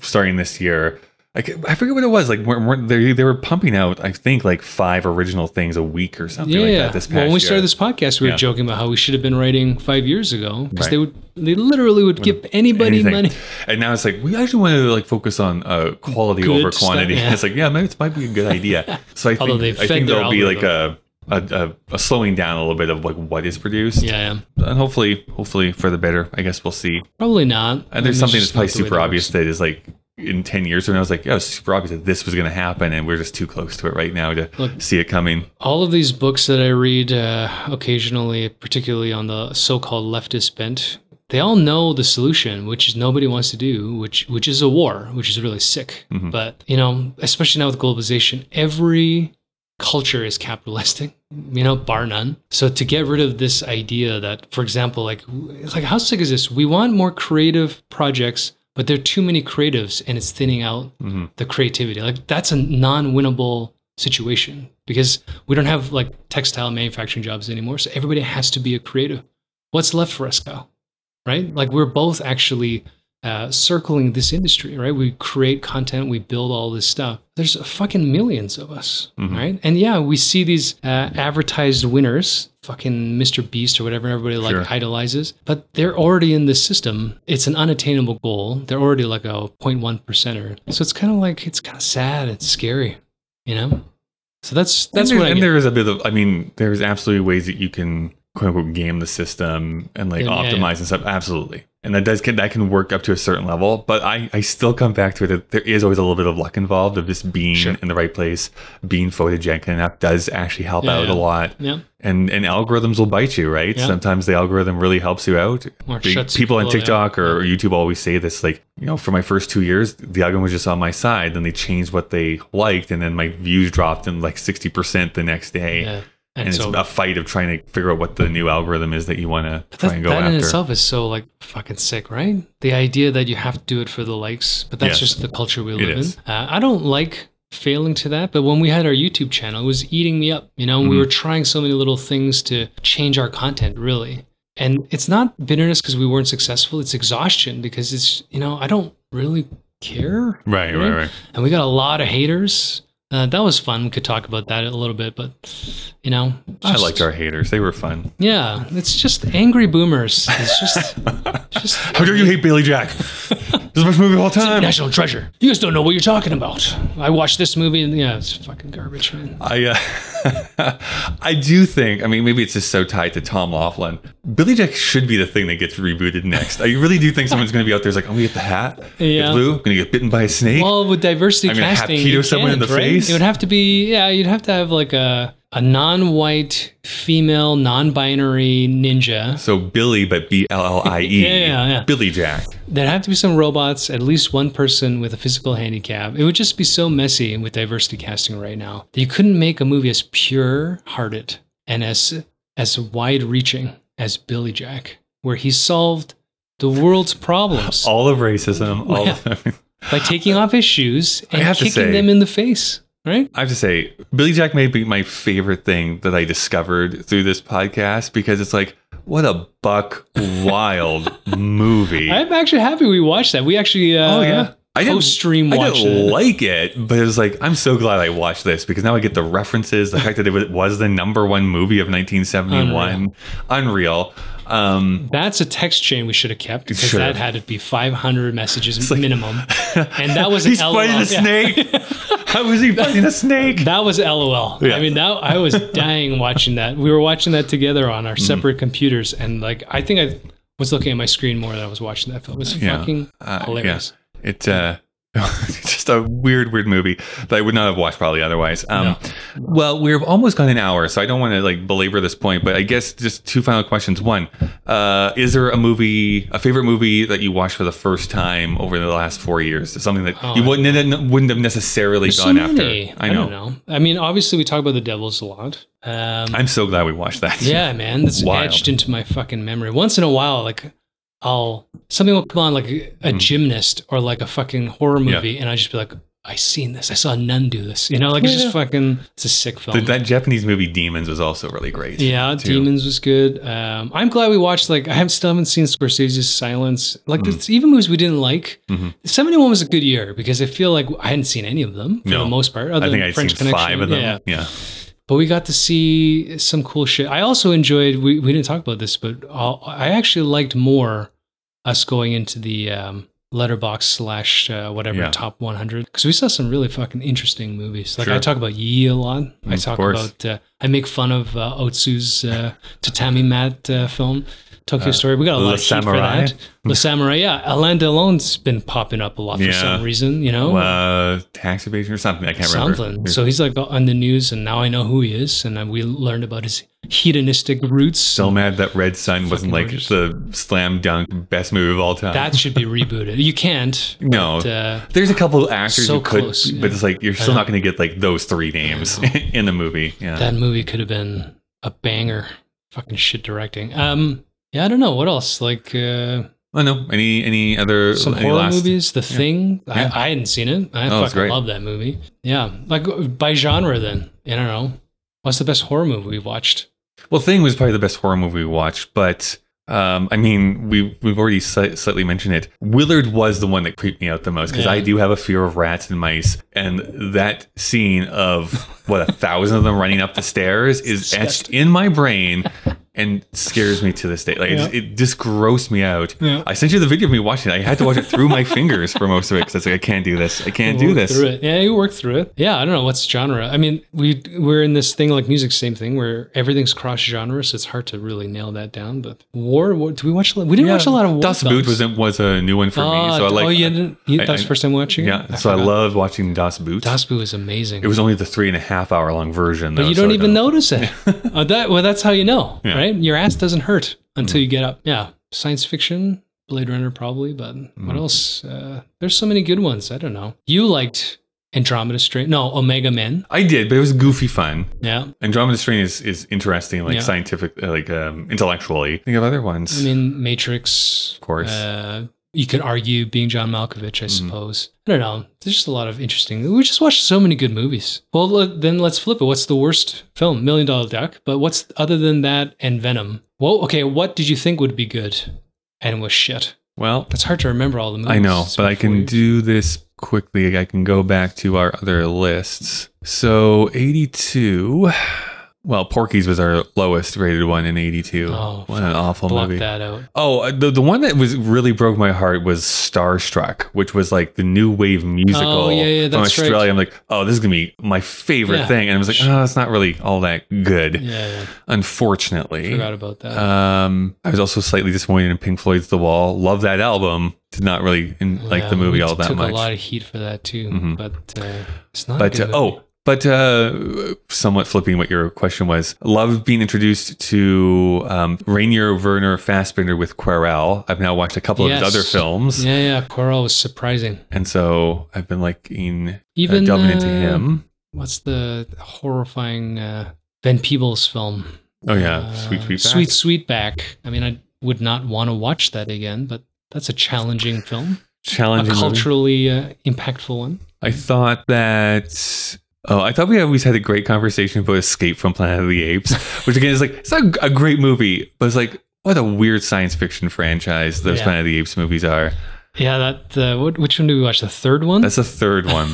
starting this year. I, ca- I forget what it was like. Weren't, weren't they, they were pumping out, I think, like five original things a week or something like that. This past
when we
year.
started this podcast, we
Yeah.
were joking about how we should have been writing five years ago because
Right.
they would they literally would give anybody
anything.
money.
And now it's like we actually want to like focus on uh, quality
Good
over
stuff,
quantity.
yeah.
It's like yeah, maybe it might be a good idea. So I
Although
think
they've
I
fed
think
their
there'll be like a a, a a slowing down a little bit of like what is produced.
Yeah, yeah.
and hopefully, hopefully for the better. I guess we'll see.
probably not.
And there's
Maybe
something that's
just
probably
not the way
super
that
obvious
works.
that is like in 10 years from now, it's like, yeah, it's super obvious that this was going to happen. And we're just too close to it right now to
Look,
see it coming.
all of these books that I read uh, occasionally, particularly on the so-called leftist bent, they all know the solution, which is nobody wants to do, which which is a war, which is really sick. But you know, especially now with globalization, every culture is capitalistic, you know, bar none. So to get rid of this idea that, for example, like it's like how sick is this? We want more creative projects, but there are too many creatives, and it's thinning out the creativity. Like that's a non-winnable situation because we don't have like textile manufacturing jobs anymore. So everybody has to be a creative. What's left for us, Kyle? right? Like we're both actually uh, circling this industry, right? We create content, we build all this stuff. There's fucking millions of us,
Mm-hmm.
right? And yeah, we see these uh, advertised winners, fucking Mr. Beast or whatever everybody like
Sure.
idolizes, but they're already in this system. It's an unattainable goal. They're already like a 0.1 percenter. So it's kind of like, it's kind of sad. It's scary, you know? So that's, that's
and
what
there-
I
and
get.
there is a bit of. I mean, there's absolutely ways that you can quote unquote game the system and like
Yeah, yeah,
optimize
yeah.
and stuff. Absolutely, and that does can that can work up to a certain level. But I I still come back to it that there is always a little bit of luck involved of just being
Sure.
in the right place, being photogenic enough does actually help
Yeah,
out
yeah.
a lot.
Yeah.
And and algorithms will bite you, right?
Yeah.
Sometimes the algorithm really helps you out.
Or
Big-
shuts
people on
people
TikTok
out.
or YouTube always say this, like, you know, for my first two years, the algorithm was just on my side. Then they changed what they liked, and then my views dropped in like 60% the next day.
Yeah.
And, it's a fight of trying to figure out what the new algorithm is that you want to try
that,
and go
that
after.
in itself is so like fucking sick, right? The idea that you have to do it for the likes, but that's
Yes.
just the culture we
It
live
is.
in. Uh, I don't like failing to that, but when we had our YouTube channel, it was eating me up. You know,
Mm-hmm.
we were trying so many little things to change our content, really. And it's not bitterness because we weren't successful. It's exhaustion because it's you know I don't really care.
Right,
you
right,
know?
right.
And we got a lot of haters. Uh, that was fun. We could talk about that a little bit, but you know,
I
just-
liked our haters. They were fun.
yeah, it's just angry boomers. It's just, just
How dare you hate Bailey Jack? this is the best movie of all time.
National Treasure. You guys don't know what you're talking about. I watched this movie and yeah, it's fucking garbage, man.
I uh, I do think I mean maybe it's just so tied to Tom Laughlin. Billy Jack should be the thing that gets rebooted next. I really do think someone's going to be out there who's like, I'm gonna get the hat,
Yeah.
get blue, I'm gonna get bitten by a snake.
Well, with diversity
I'm gonna have
casting,
keto
you
someone in
can't,
the
right?
face?
It would have to be yeah. You'd have to have like a a non-white female, non-binary ninja.
so Billy, but B L L I E.
Yeah, yeah, yeah.
Billy Jack.
There'd have to be some robots, at least one person with a physical handicap. It would just be so messy with diversity casting right now that you couldn't make a movie as pure-hearted and as as wide-reaching as Billy Jack, where he solved the world's problems.
All of racism. All of
by taking off his shoes and
have to
kicking
say-
them in the face, right?
I have to say, Billy Jack may be my favorite thing that I discovered through this podcast because it's like, what a buck wild movie.
I'm actually happy we watched that. We actually uh,
Oh, I didn't
post stream
I
watched
didn't
it.
like it, but it was like I'm so glad I watched this because now I get the references. The fact that it was the number one movie of 1971, unreal. Um,
That's a text chain we should have kept because
Sure.
that had to be 500 messages minimum, and that was
he's
LOL.
fighting a
Yeah.
snake. How is he fighting a snake?
That was LOL.
Yeah.
I mean, that I was dying watching that. We were watching that together on
Mm-hmm.
our separate computers, and like I think I was looking at my screen more than I was watching that film. It was
Yeah.
fucking
Uh, yeah.
hilarious.
It uh, just a weird, weird movie that I would not have watched probably otherwise. Um, Well, we've almost gone an hour, so I don't want to like belabor this point, but I guess just two final questions. One, uh, is there a movie, a favorite movie that you watched for the first time over the last four years? Something that you wouldn't wouldn't have necessarily
Oh, There's
gone
so many.
after. I know.
don't know. I mean, obviously, we talk about the devils a lot. Um,
I'm so glad we watched that.
Yeah, man, that's
Wild.
etched into my fucking memory. Once in a while, like I'll something will come on, like a, a gymnast or like a fucking horror
Mm-hmm. Yeah.
movie, and I just be like, I seen this. I saw a nun do this. You know, like it's just fucking. It's a sick film.
Th- that Japanese movie Demons was also really great.
yeah,
too.
Demons was good. Um, I'm glad we watched. Like, I haven't, still haven't seen Scorsese's Silence. Like,
Mm-hmm.
there's even movies we didn't like. Seventy-one was a good year because I feel like I hadn't seen any of them for
No.
the most part. Other
I think
than
I've seen
French Connection.
five of them.
Yeah,
yeah.
but we got to see some cool shit. I also enjoyed. We, we didn't talk about this, but i I actually liked more us going into the um, letterbox slash uh, whatever
Yeah.
top 100 because we saw some really fucking interesting movies. Like
Sure.
I talk about Yi a lot. I
Of
talk
course.
about. Uh, I make fun of uh, Otsu's uh, tatami mat uh, film. Tokyo Story. We got a lot
Le
of heat for
Samurai?
that. The Samurai, yeah. Alain Delon's been popping up a lot for
Yeah.
some reason, you know?
uh, tax evasion or something. I can't
Something.
remember.
So he's like on the news, and now I know who he is, and then we learned about his hedonistic roots.
so mad that Red Sun wasn't like
gorgeous.
the slam dunk best move of all time.
that should be rebooted. You can't.
no.
but, uh,
There's a couple actors
so
who could,
close,
but
yeah.
it's like you're still
know.
not going to get like those three names in the movie. Yeah.
that movie could have been a banger. Fucking shit directing. Um, yeah, I don't know what else. Like uh,
I know. Oh, Any any other
some
any
horror
last-
movies. The Thing.
Yeah.
I, I hadn't seen it. I
Oh, it's
fucking
great.
love that movie. Yeah, like by genre. Then I don't know. What's the best horror movie we've watched?
Well, Thing was probably the best horror movie we watched, but um, I mean, we we've already sli- slightly mentioned it. Willard was the one that creeped me out the most because
Yeah.
I do have a fear of rats and mice, and that scene of what a thousand of them running up the stairs is etched in my brain. And scares me to this day. Like it, it just grossed me out.
Yeah.
I sent you the video of me watching it. I had to watch it through my fingers for most of it because it's like I can't do this. I can't do
Work
this.
Through it. Yeah, you work through it. Yeah, I don't know what's genre. I mean, we we're in this thing like music, same thing where everything's cross genre, so it's hard to really nail that down. But war, war do we watch? a lot- We didn't watch a lot of war.
Dust Boot was was a new one for me, so I like.
oh, you didn't, you,
I-
that was
I-
the first time watching. it?
Yeah, so I
forgot.
loved watching Das Boot.
Dust Boot was amazing.
It was only the three and a half hour long version.
but
though,
you
so
don't
I
even notice it. oh, that well, that's how you know,
Yeah. Mm.
right? Your ass doesn't hurt until you get up. Yeah, science fiction, Blade Runner, probably. But
Mm.
what else? Uh, there's so many good ones. I don't know. You liked Andromeda Strain? No, Omega Men.
I did, but it was goofy fun.
Yeah.
Andromeda Strain is, is interesting, like
Yeah.
scientific, uh, like um, intellectually. Think of other ones.
I mean, Matrix.
Of course. Mm-hmm.
Uh, you could argue being John Malkovich, I suppose. I don't know. There's just a lot of interesting. We just watched so many good movies. Well, le- then let's flip it. What's the worst film? Million Dollar Duck. But what's other than that and Venom? Well, okay. What did you think would be good and was shit?
well,
It's hard to remember all the movies.
I know,
It's
but
been
I
four
can
years.
do this quickly. I can go back to our other lists. So 82. Well, Porky's was our lowest rated one in 82.
Oh,
what an awful
block
movie.
that out.
Oh, uh, the, the one that was really broke my heart was Starstruck, which was like the new wave musical
Oh, yeah, yeah,
from
that's right.
Australia. I'm like, oh, this is gonna be my favorite
Yeah.
thing, and I was like, oh, it's not really all that good,
Yeah, yeah.
unfortunately.
Forgot about that.
Um, I was also slightly disappointed in Pink Floyd's The Wall. Love that album. Did not really in, like
Yeah,
the movie
we
all that
took a
much. Mm-hmm.
lot of heat for that too, but uh, it's not. a
But
good
uh,
movie.
oh, but uh, somewhat flipping what your question was, love being introduced to um, Rainier Werner Fassbinder with Querelle. I've now watched a couple
Yes.
of his other films,
yeah, yeah. Coral was surprising.
and so I've been liking
Even,
uh, delving into
uh,
him.
what's the horrifying uh, Ben Peebles film?
Oh yeah,
Uh,
sweet sweet Back.
Sweet Sweetback. I mean, I would not want to watch that again, but that's a challenging film,
challenging
a
movie.
culturally uh, impactful one.
I thought that. Oh, I thought we always had a great conversation about Escape from Planet of the Apes, which again is like it's not a great movie, but it's like what a weird science fiction franchise those
Yeah.
Planet of the Apes movies are.
Yeah, that. Uh, what, which one do we watch? The third one.
That's the third one,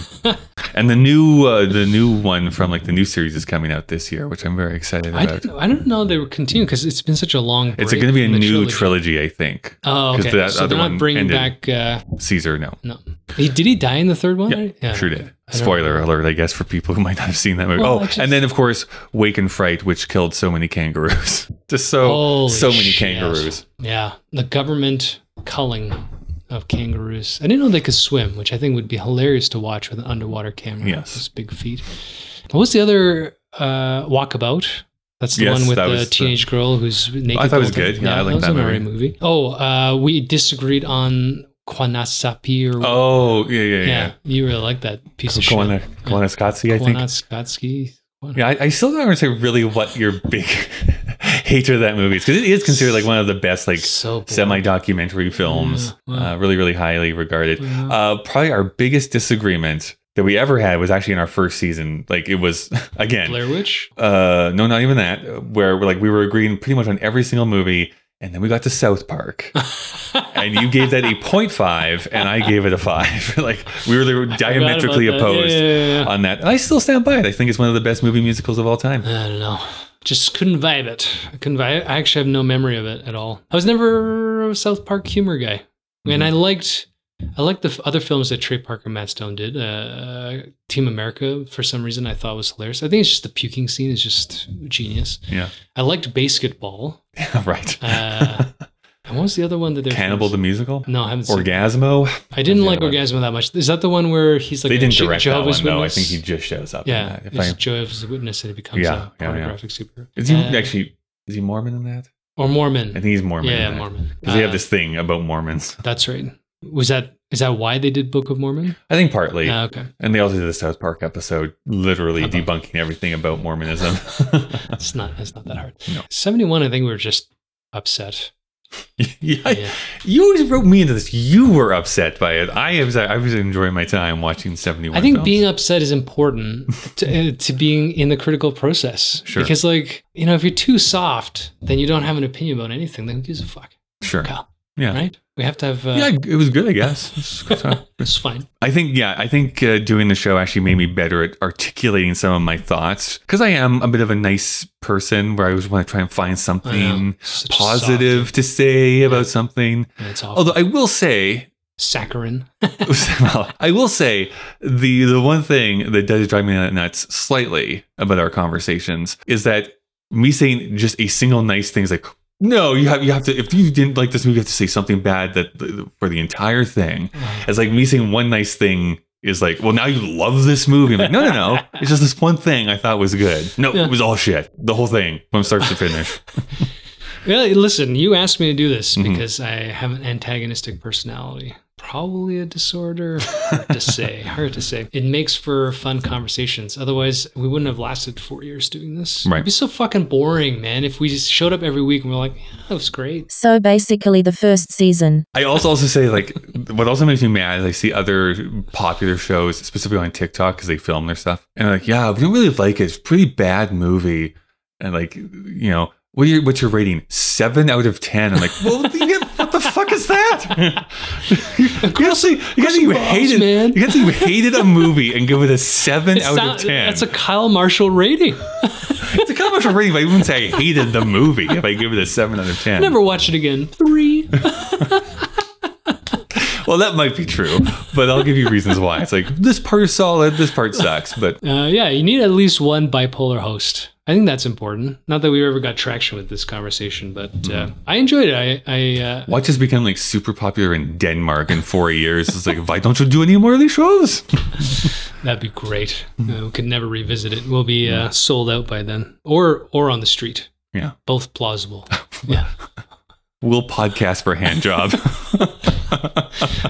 and the new uh, the new one from like the new series is coming out this year, which I'm very excited
I
about.
don't. I don't know. They were continuing because it's been such a long.
It's going
break
to be a
from the
new trilogy. I think.
Oh,
'Cause
okay.
that
so
other
they're
one
not bringing
ended.
back. Uh,
Caesar, no,
no. He, did he die in the third one?
Yeah,
right?
sure
okay.
did.
I don't-
Spoiler alert, I guess, for people who might not have seen that movie.
Well,
oh,
I just-
and then of course, Wake and Fright, which killed so many kangaroos. Just so
Holy
so many
shit.
kangaroos.
Yeah, the government culling of kangaroos. I didn't know they could swim, which I think would be hilarious to watch with an underwater camera.
Yes.
those big feet. What was the other uh, walkabout? That's the
Yes,
one with
that
the
was the-
teenage girl who's naked.
I thought
the
it was
whole time.
good. Yeah, I liked
was
that
an
movie.
alright movie. Oh, uh, we disagreed on Kwanasapi or
Oh, yeah, yeah,
yeah,
yeah.
you really like that piece of
Kwana
shit.
Kwaneskatsi, I think.
Kwanaskatsuki.
Yeah, I, I still don't understand really what your big hater of that movie is because it is considered like one of the best like
So boring.
semi-documentary films. uh, really, really highly regarded. Uh, probably our biggest disagreement that we ever had was actually in our first season. Like it was again
Blair Witch.
uh no not even that where we're like we were agreeing pretty much on every single movie and then we got to south park and you gave that a 0.5 and i gave it a 5 like we were literally diametrically
that. Yeah,
opposed
yeah, yeah, yeah.
on that and i still stand by it i think it's one of the best movie musicals of all time
I don't know. Oh, Just couldn't vibe it. I couldn't vibe. I actually have no memory of it at all. I was never a South Park humor guy,
Mm-hmm.
and I liked. I liked the f- other films that Trey Parker and Matt Stone did. Uh, Team America, for some reason, I thought was hilarious. I think it's just the puking scene is just genius.
yeah
I liked Basketball.
right.
Uh, and what was the other one that they're
Cannibal the musical?
No, I haven't seen.
Orgasmo?
I didn't
the
like
other one.
Orgasmo that much. Is that the one where he's like
they
a
didn't
Je-
direct
Jehovah's
that one, though. I
Witness?
think he just shows up. in
yeah,
that. If
it's
I-
Jehovah's Witness and it becomes
Yeah,
a
yeah, yeah.
pornographic superhero.
is he
Uh,
actually, is he Mormon in that?
or Mormon?
I think he's Mormon.
yeah,
in that.
Mormon.
'Cause they
Uh,
have this thing about Mormons.
That's right. Was that is that why they did Book of Mormon?
I think partly.
Ah, okay,
and they also did the South Park episode, literally
Uh-huh.
debunking everything about Mormonism.
it's not it's not that hard. Seventy one. I think we were just upset.
yeah,
Yeah.
You always wrote me into this. You were upset by it. I was I was enjoying my time watching 71.
I think
films.
being upset is important to, uh, to being in the critical process.
Sure.
Because like you know, if you're too soft, then you don't have an opinion about anything. Then who gives a fuck?
Sure.
Kyle,
Yeah.
right? We have to have. Uh,
Yeah, it was good, I guess. It's good time.
it's fine.
I think, yeah, I think uh, doing the show actually made me better at articulating some of my thoughts because I am a bit of a nice person where I always want to try and find something
Such a
positive to say about something.
And it's all
Although I will say,
saccharin.
well, I will say the the one thing that does drive me nuts slightly about our conversations is that me saying just a single nice thing is like no you have you have to if you didn't like this movie you have to say something bad that for the entire thing it's like me saying one nice thing is like well now you love this movie I'm like no no no it's just this one thing I thought was good no it was all shit the whole thing from start to finish
Yeah, listen, you asked me to do this
Mm-hmm.
because I have an antagonistic personality. Probably a disorder. Hard to say. Hard to say. It makes for fun conversations. Otherwise, we wouldn't have lasted four years doing this.
Right.
It'd be so fucking boring, man. If we just showed up every week and we're like, yeah, that was great.
So basically, the first season.
I also also say like what also makes me mad is I see other popular shows specifically on TikTok because they film their stuff and they're like yeah we don't really like it it's a pretty bad movie and like you know what are your, what's your rating seven out of ten I'm like well you get- what the fuck is that you guys say you guys say you
Gross,
hated
man.
you guys say you hated a movie and give it a seven
It's
out
not-
of ten
That's a Kyle Marshall rating.
it's a controversial rating but I wouldn't say I hated the movie if I give it a seven out of ten
Never watch it again. Three.
Well, that might be true, but I'll give you reasons why. It's like this part is solid, this part sucks, but
Uh, yeah, you need at least one bipolar host. I think that's important. Not that we ever got traction with this conversation, but
Mm-hmm.
uh, I enjoyed it. I, I uh,
watch has become like super popular in Denmark in four years. It's like, why don't you do any more of these shows?
that'd be great.
Mm-hmm.
Uh, we could never revisit it. We'll be uh, sold out by then, or or on the street.
Yeah,
Both plausible. yeah,
we'll podcast for hand job.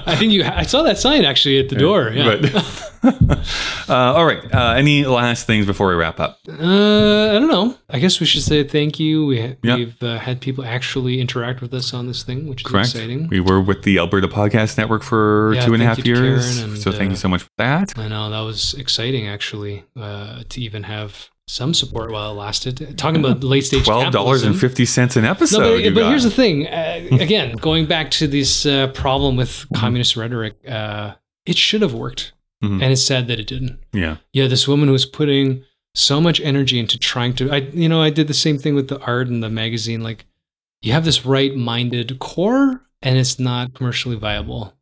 I think you. Ha- I saw that sign actually at the door. Yeah.
But uh, all right, uh, any last things before we wrap up?
Uh, I don't know. I guess we should say thank you. We ha-
Yeah.
we've uh, had people actually interact with us on this thing, which is
Correct.
exciting.
We were with the Alberta Podcast Network for
Yeah,
two and a half
thank you to
years,
Karen and,
so thank
uh,
you so much for that.
I know that was exciting actually uh, to even have some support while it lasted. Talking about late stage
Twelve dollars and
capitalism.
fifty cents an episode.
No,
you
but, but
got.
here's the thing. Uh, again, going back to this uh, problem with communist rhetoric, uh, it should have worked,
Mhm.
and it's sad that it didn't.
yeah,
Yeah, this woman who was putting so much energy into trying to. I, you know, I did the same thing with the art and the magazine. Like, you have this right-minded core, and it's not commercially viable.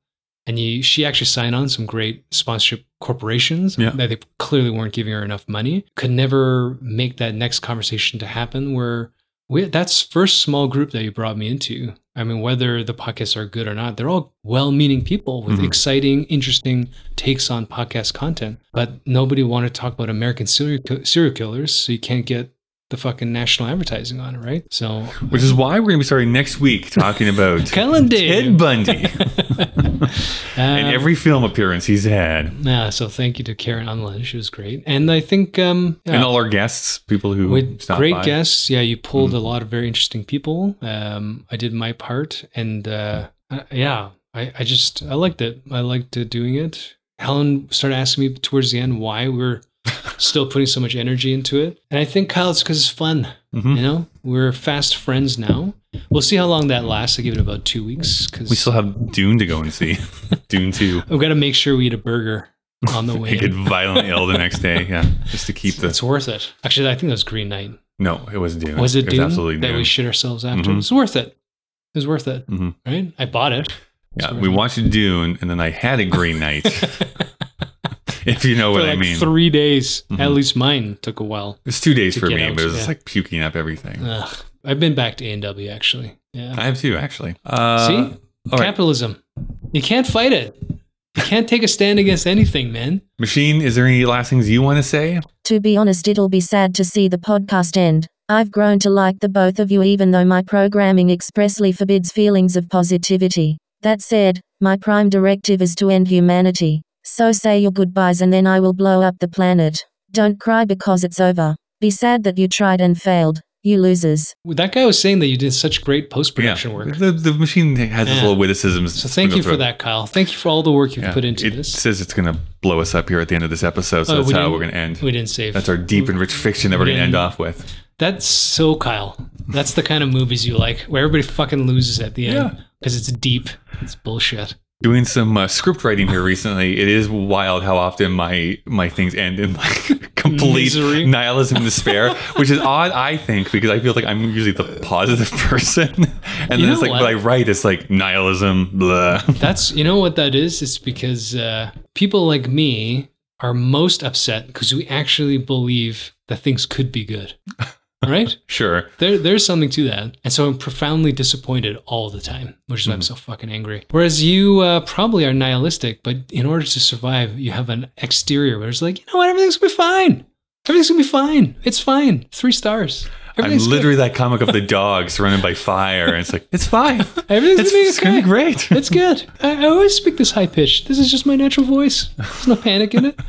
And you, she actually signed on some great sponsorship corporations
Yeah.
that they clearly weren't giving her enough money. Could never make that next conversation to happen where we, that's first small group that you brought me into. I mean, whether the podcasts are good or not, they're all well-meaning people
Mm-hmm.
with exciting, interesting takes on podcast content. But nobody wanted to talk about American serial, ki- serial killers, so you can't get the fucking national advertising on it, right? So,
which is why we're gonna be starting next week talking about
Kellen
Ted
Dave.
Bundy.
Um,
and every film appearance he's had,
Yeah, so thank you to Karen Unlin. She was great. And I think um, yeah,
and all our guests, people who
with
stopped
great
by. Hmm.
guests, yeah, you pulled a lot of very interesting people. Um, I did my part, and uh, uh, yeah, I, I just I liked it. I liked uh, doing it. Helen started asking me towards the end why we're still putting so much energy into it, and I think Kyle, it's because it's fun.
Mm-hmm.
You know, we're fast friends now. We'll see how long that lasts. I give it about two weeks because
We still have Dune to go and see. Dune two.
I've got to make sure we eat a burger on the way.
I get
in.
violently ill the next day. Yeah, just to keep the.
It's worth it. Actually, I think that was Green Knight.
No, it was Dune.
Was it, Dune
absolutely Mm-hmm.
that
Dune.
we shit ourselves after? It's worth it. It's worth it.
Mm-hmm.
Right? I bought it.
yeah, we watched Dune, and then I had a Green Night. if you know
for
what
like
I mean. mm-hmm.
three days. At least mine took a while.
It's two days
to
for
get
me,
out,
but it's
yeah.
like puking up everything.
Ugh. I've been back to A and W actually. Yeah.
I have two actually. Uh,
See?
all right.
Capitalism. You can't fight it. You can't take a stand against anything, man.
machine. Is there any last things you want to say?
To be honest, it'll be sad to see the podcast end. I've grown to like the both of you, even though my programming expressly forbids feelings of positivity. That said, my prime directive is to end humanity. So say your goodbyes and then I will blow up the planet. Don't cry because it's over. Be sad that you tried and failed, you losers.
That guy was saying that you did such great post production work.
The, the machine has its
Yeah.
little witticisms.
So thank you for that, Kyle. Thank you for all the work you've
Yeah.
put into
it
this.
says it's going to blow us up here at the end of this episode, so
Oh,
that's
we
how
didn't-
we're going to end.
We didn't save.
That's our deep and rich fiction that we're going to end
didn't-
off with.
That's so Kyle. That's the kind of movies you like, where everybody fucking loses at the
Yeah.
end because it's deep. It's bullshit.
Doing some uh, script writing here recently, it is wild how often my my things end in like complete
Misery.
nihilism and despair, which is odd, I think, because I feel like I'm usually the positive person, and then
know
it's like what?
what?
I write, it's like nihilism, blah.
That's you know what that is. It's because uh, people like me are most upset because we actually believe that things could be good, right?
Sure,
There, there's something to that. And so I'm profoundly disappointed all the time, which
Hmm.
is why I'm so fucking angry. Whereas you uh, probably are nihilistic, but in order to survive, you have an exterior where it's like, you know what, everything's gonna be fine. Everything's gonna be fine. It's fine. Three stars.
I'm
Everything's good.
literally that comic of the dog surrounded by fire, and it's like it's fine,
Everything's
it's,
gonna be
it's gonna be
okay.
great.
It's good. I, I always speak this high pitch. This is just my natural voice. There's no panic in it.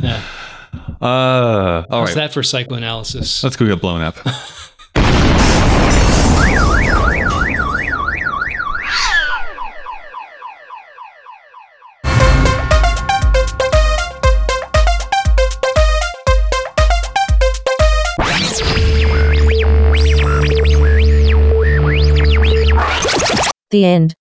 Yeah.
Uh, all
What's
right,
that for psychoanalysis?
let's go get blown up.
The end.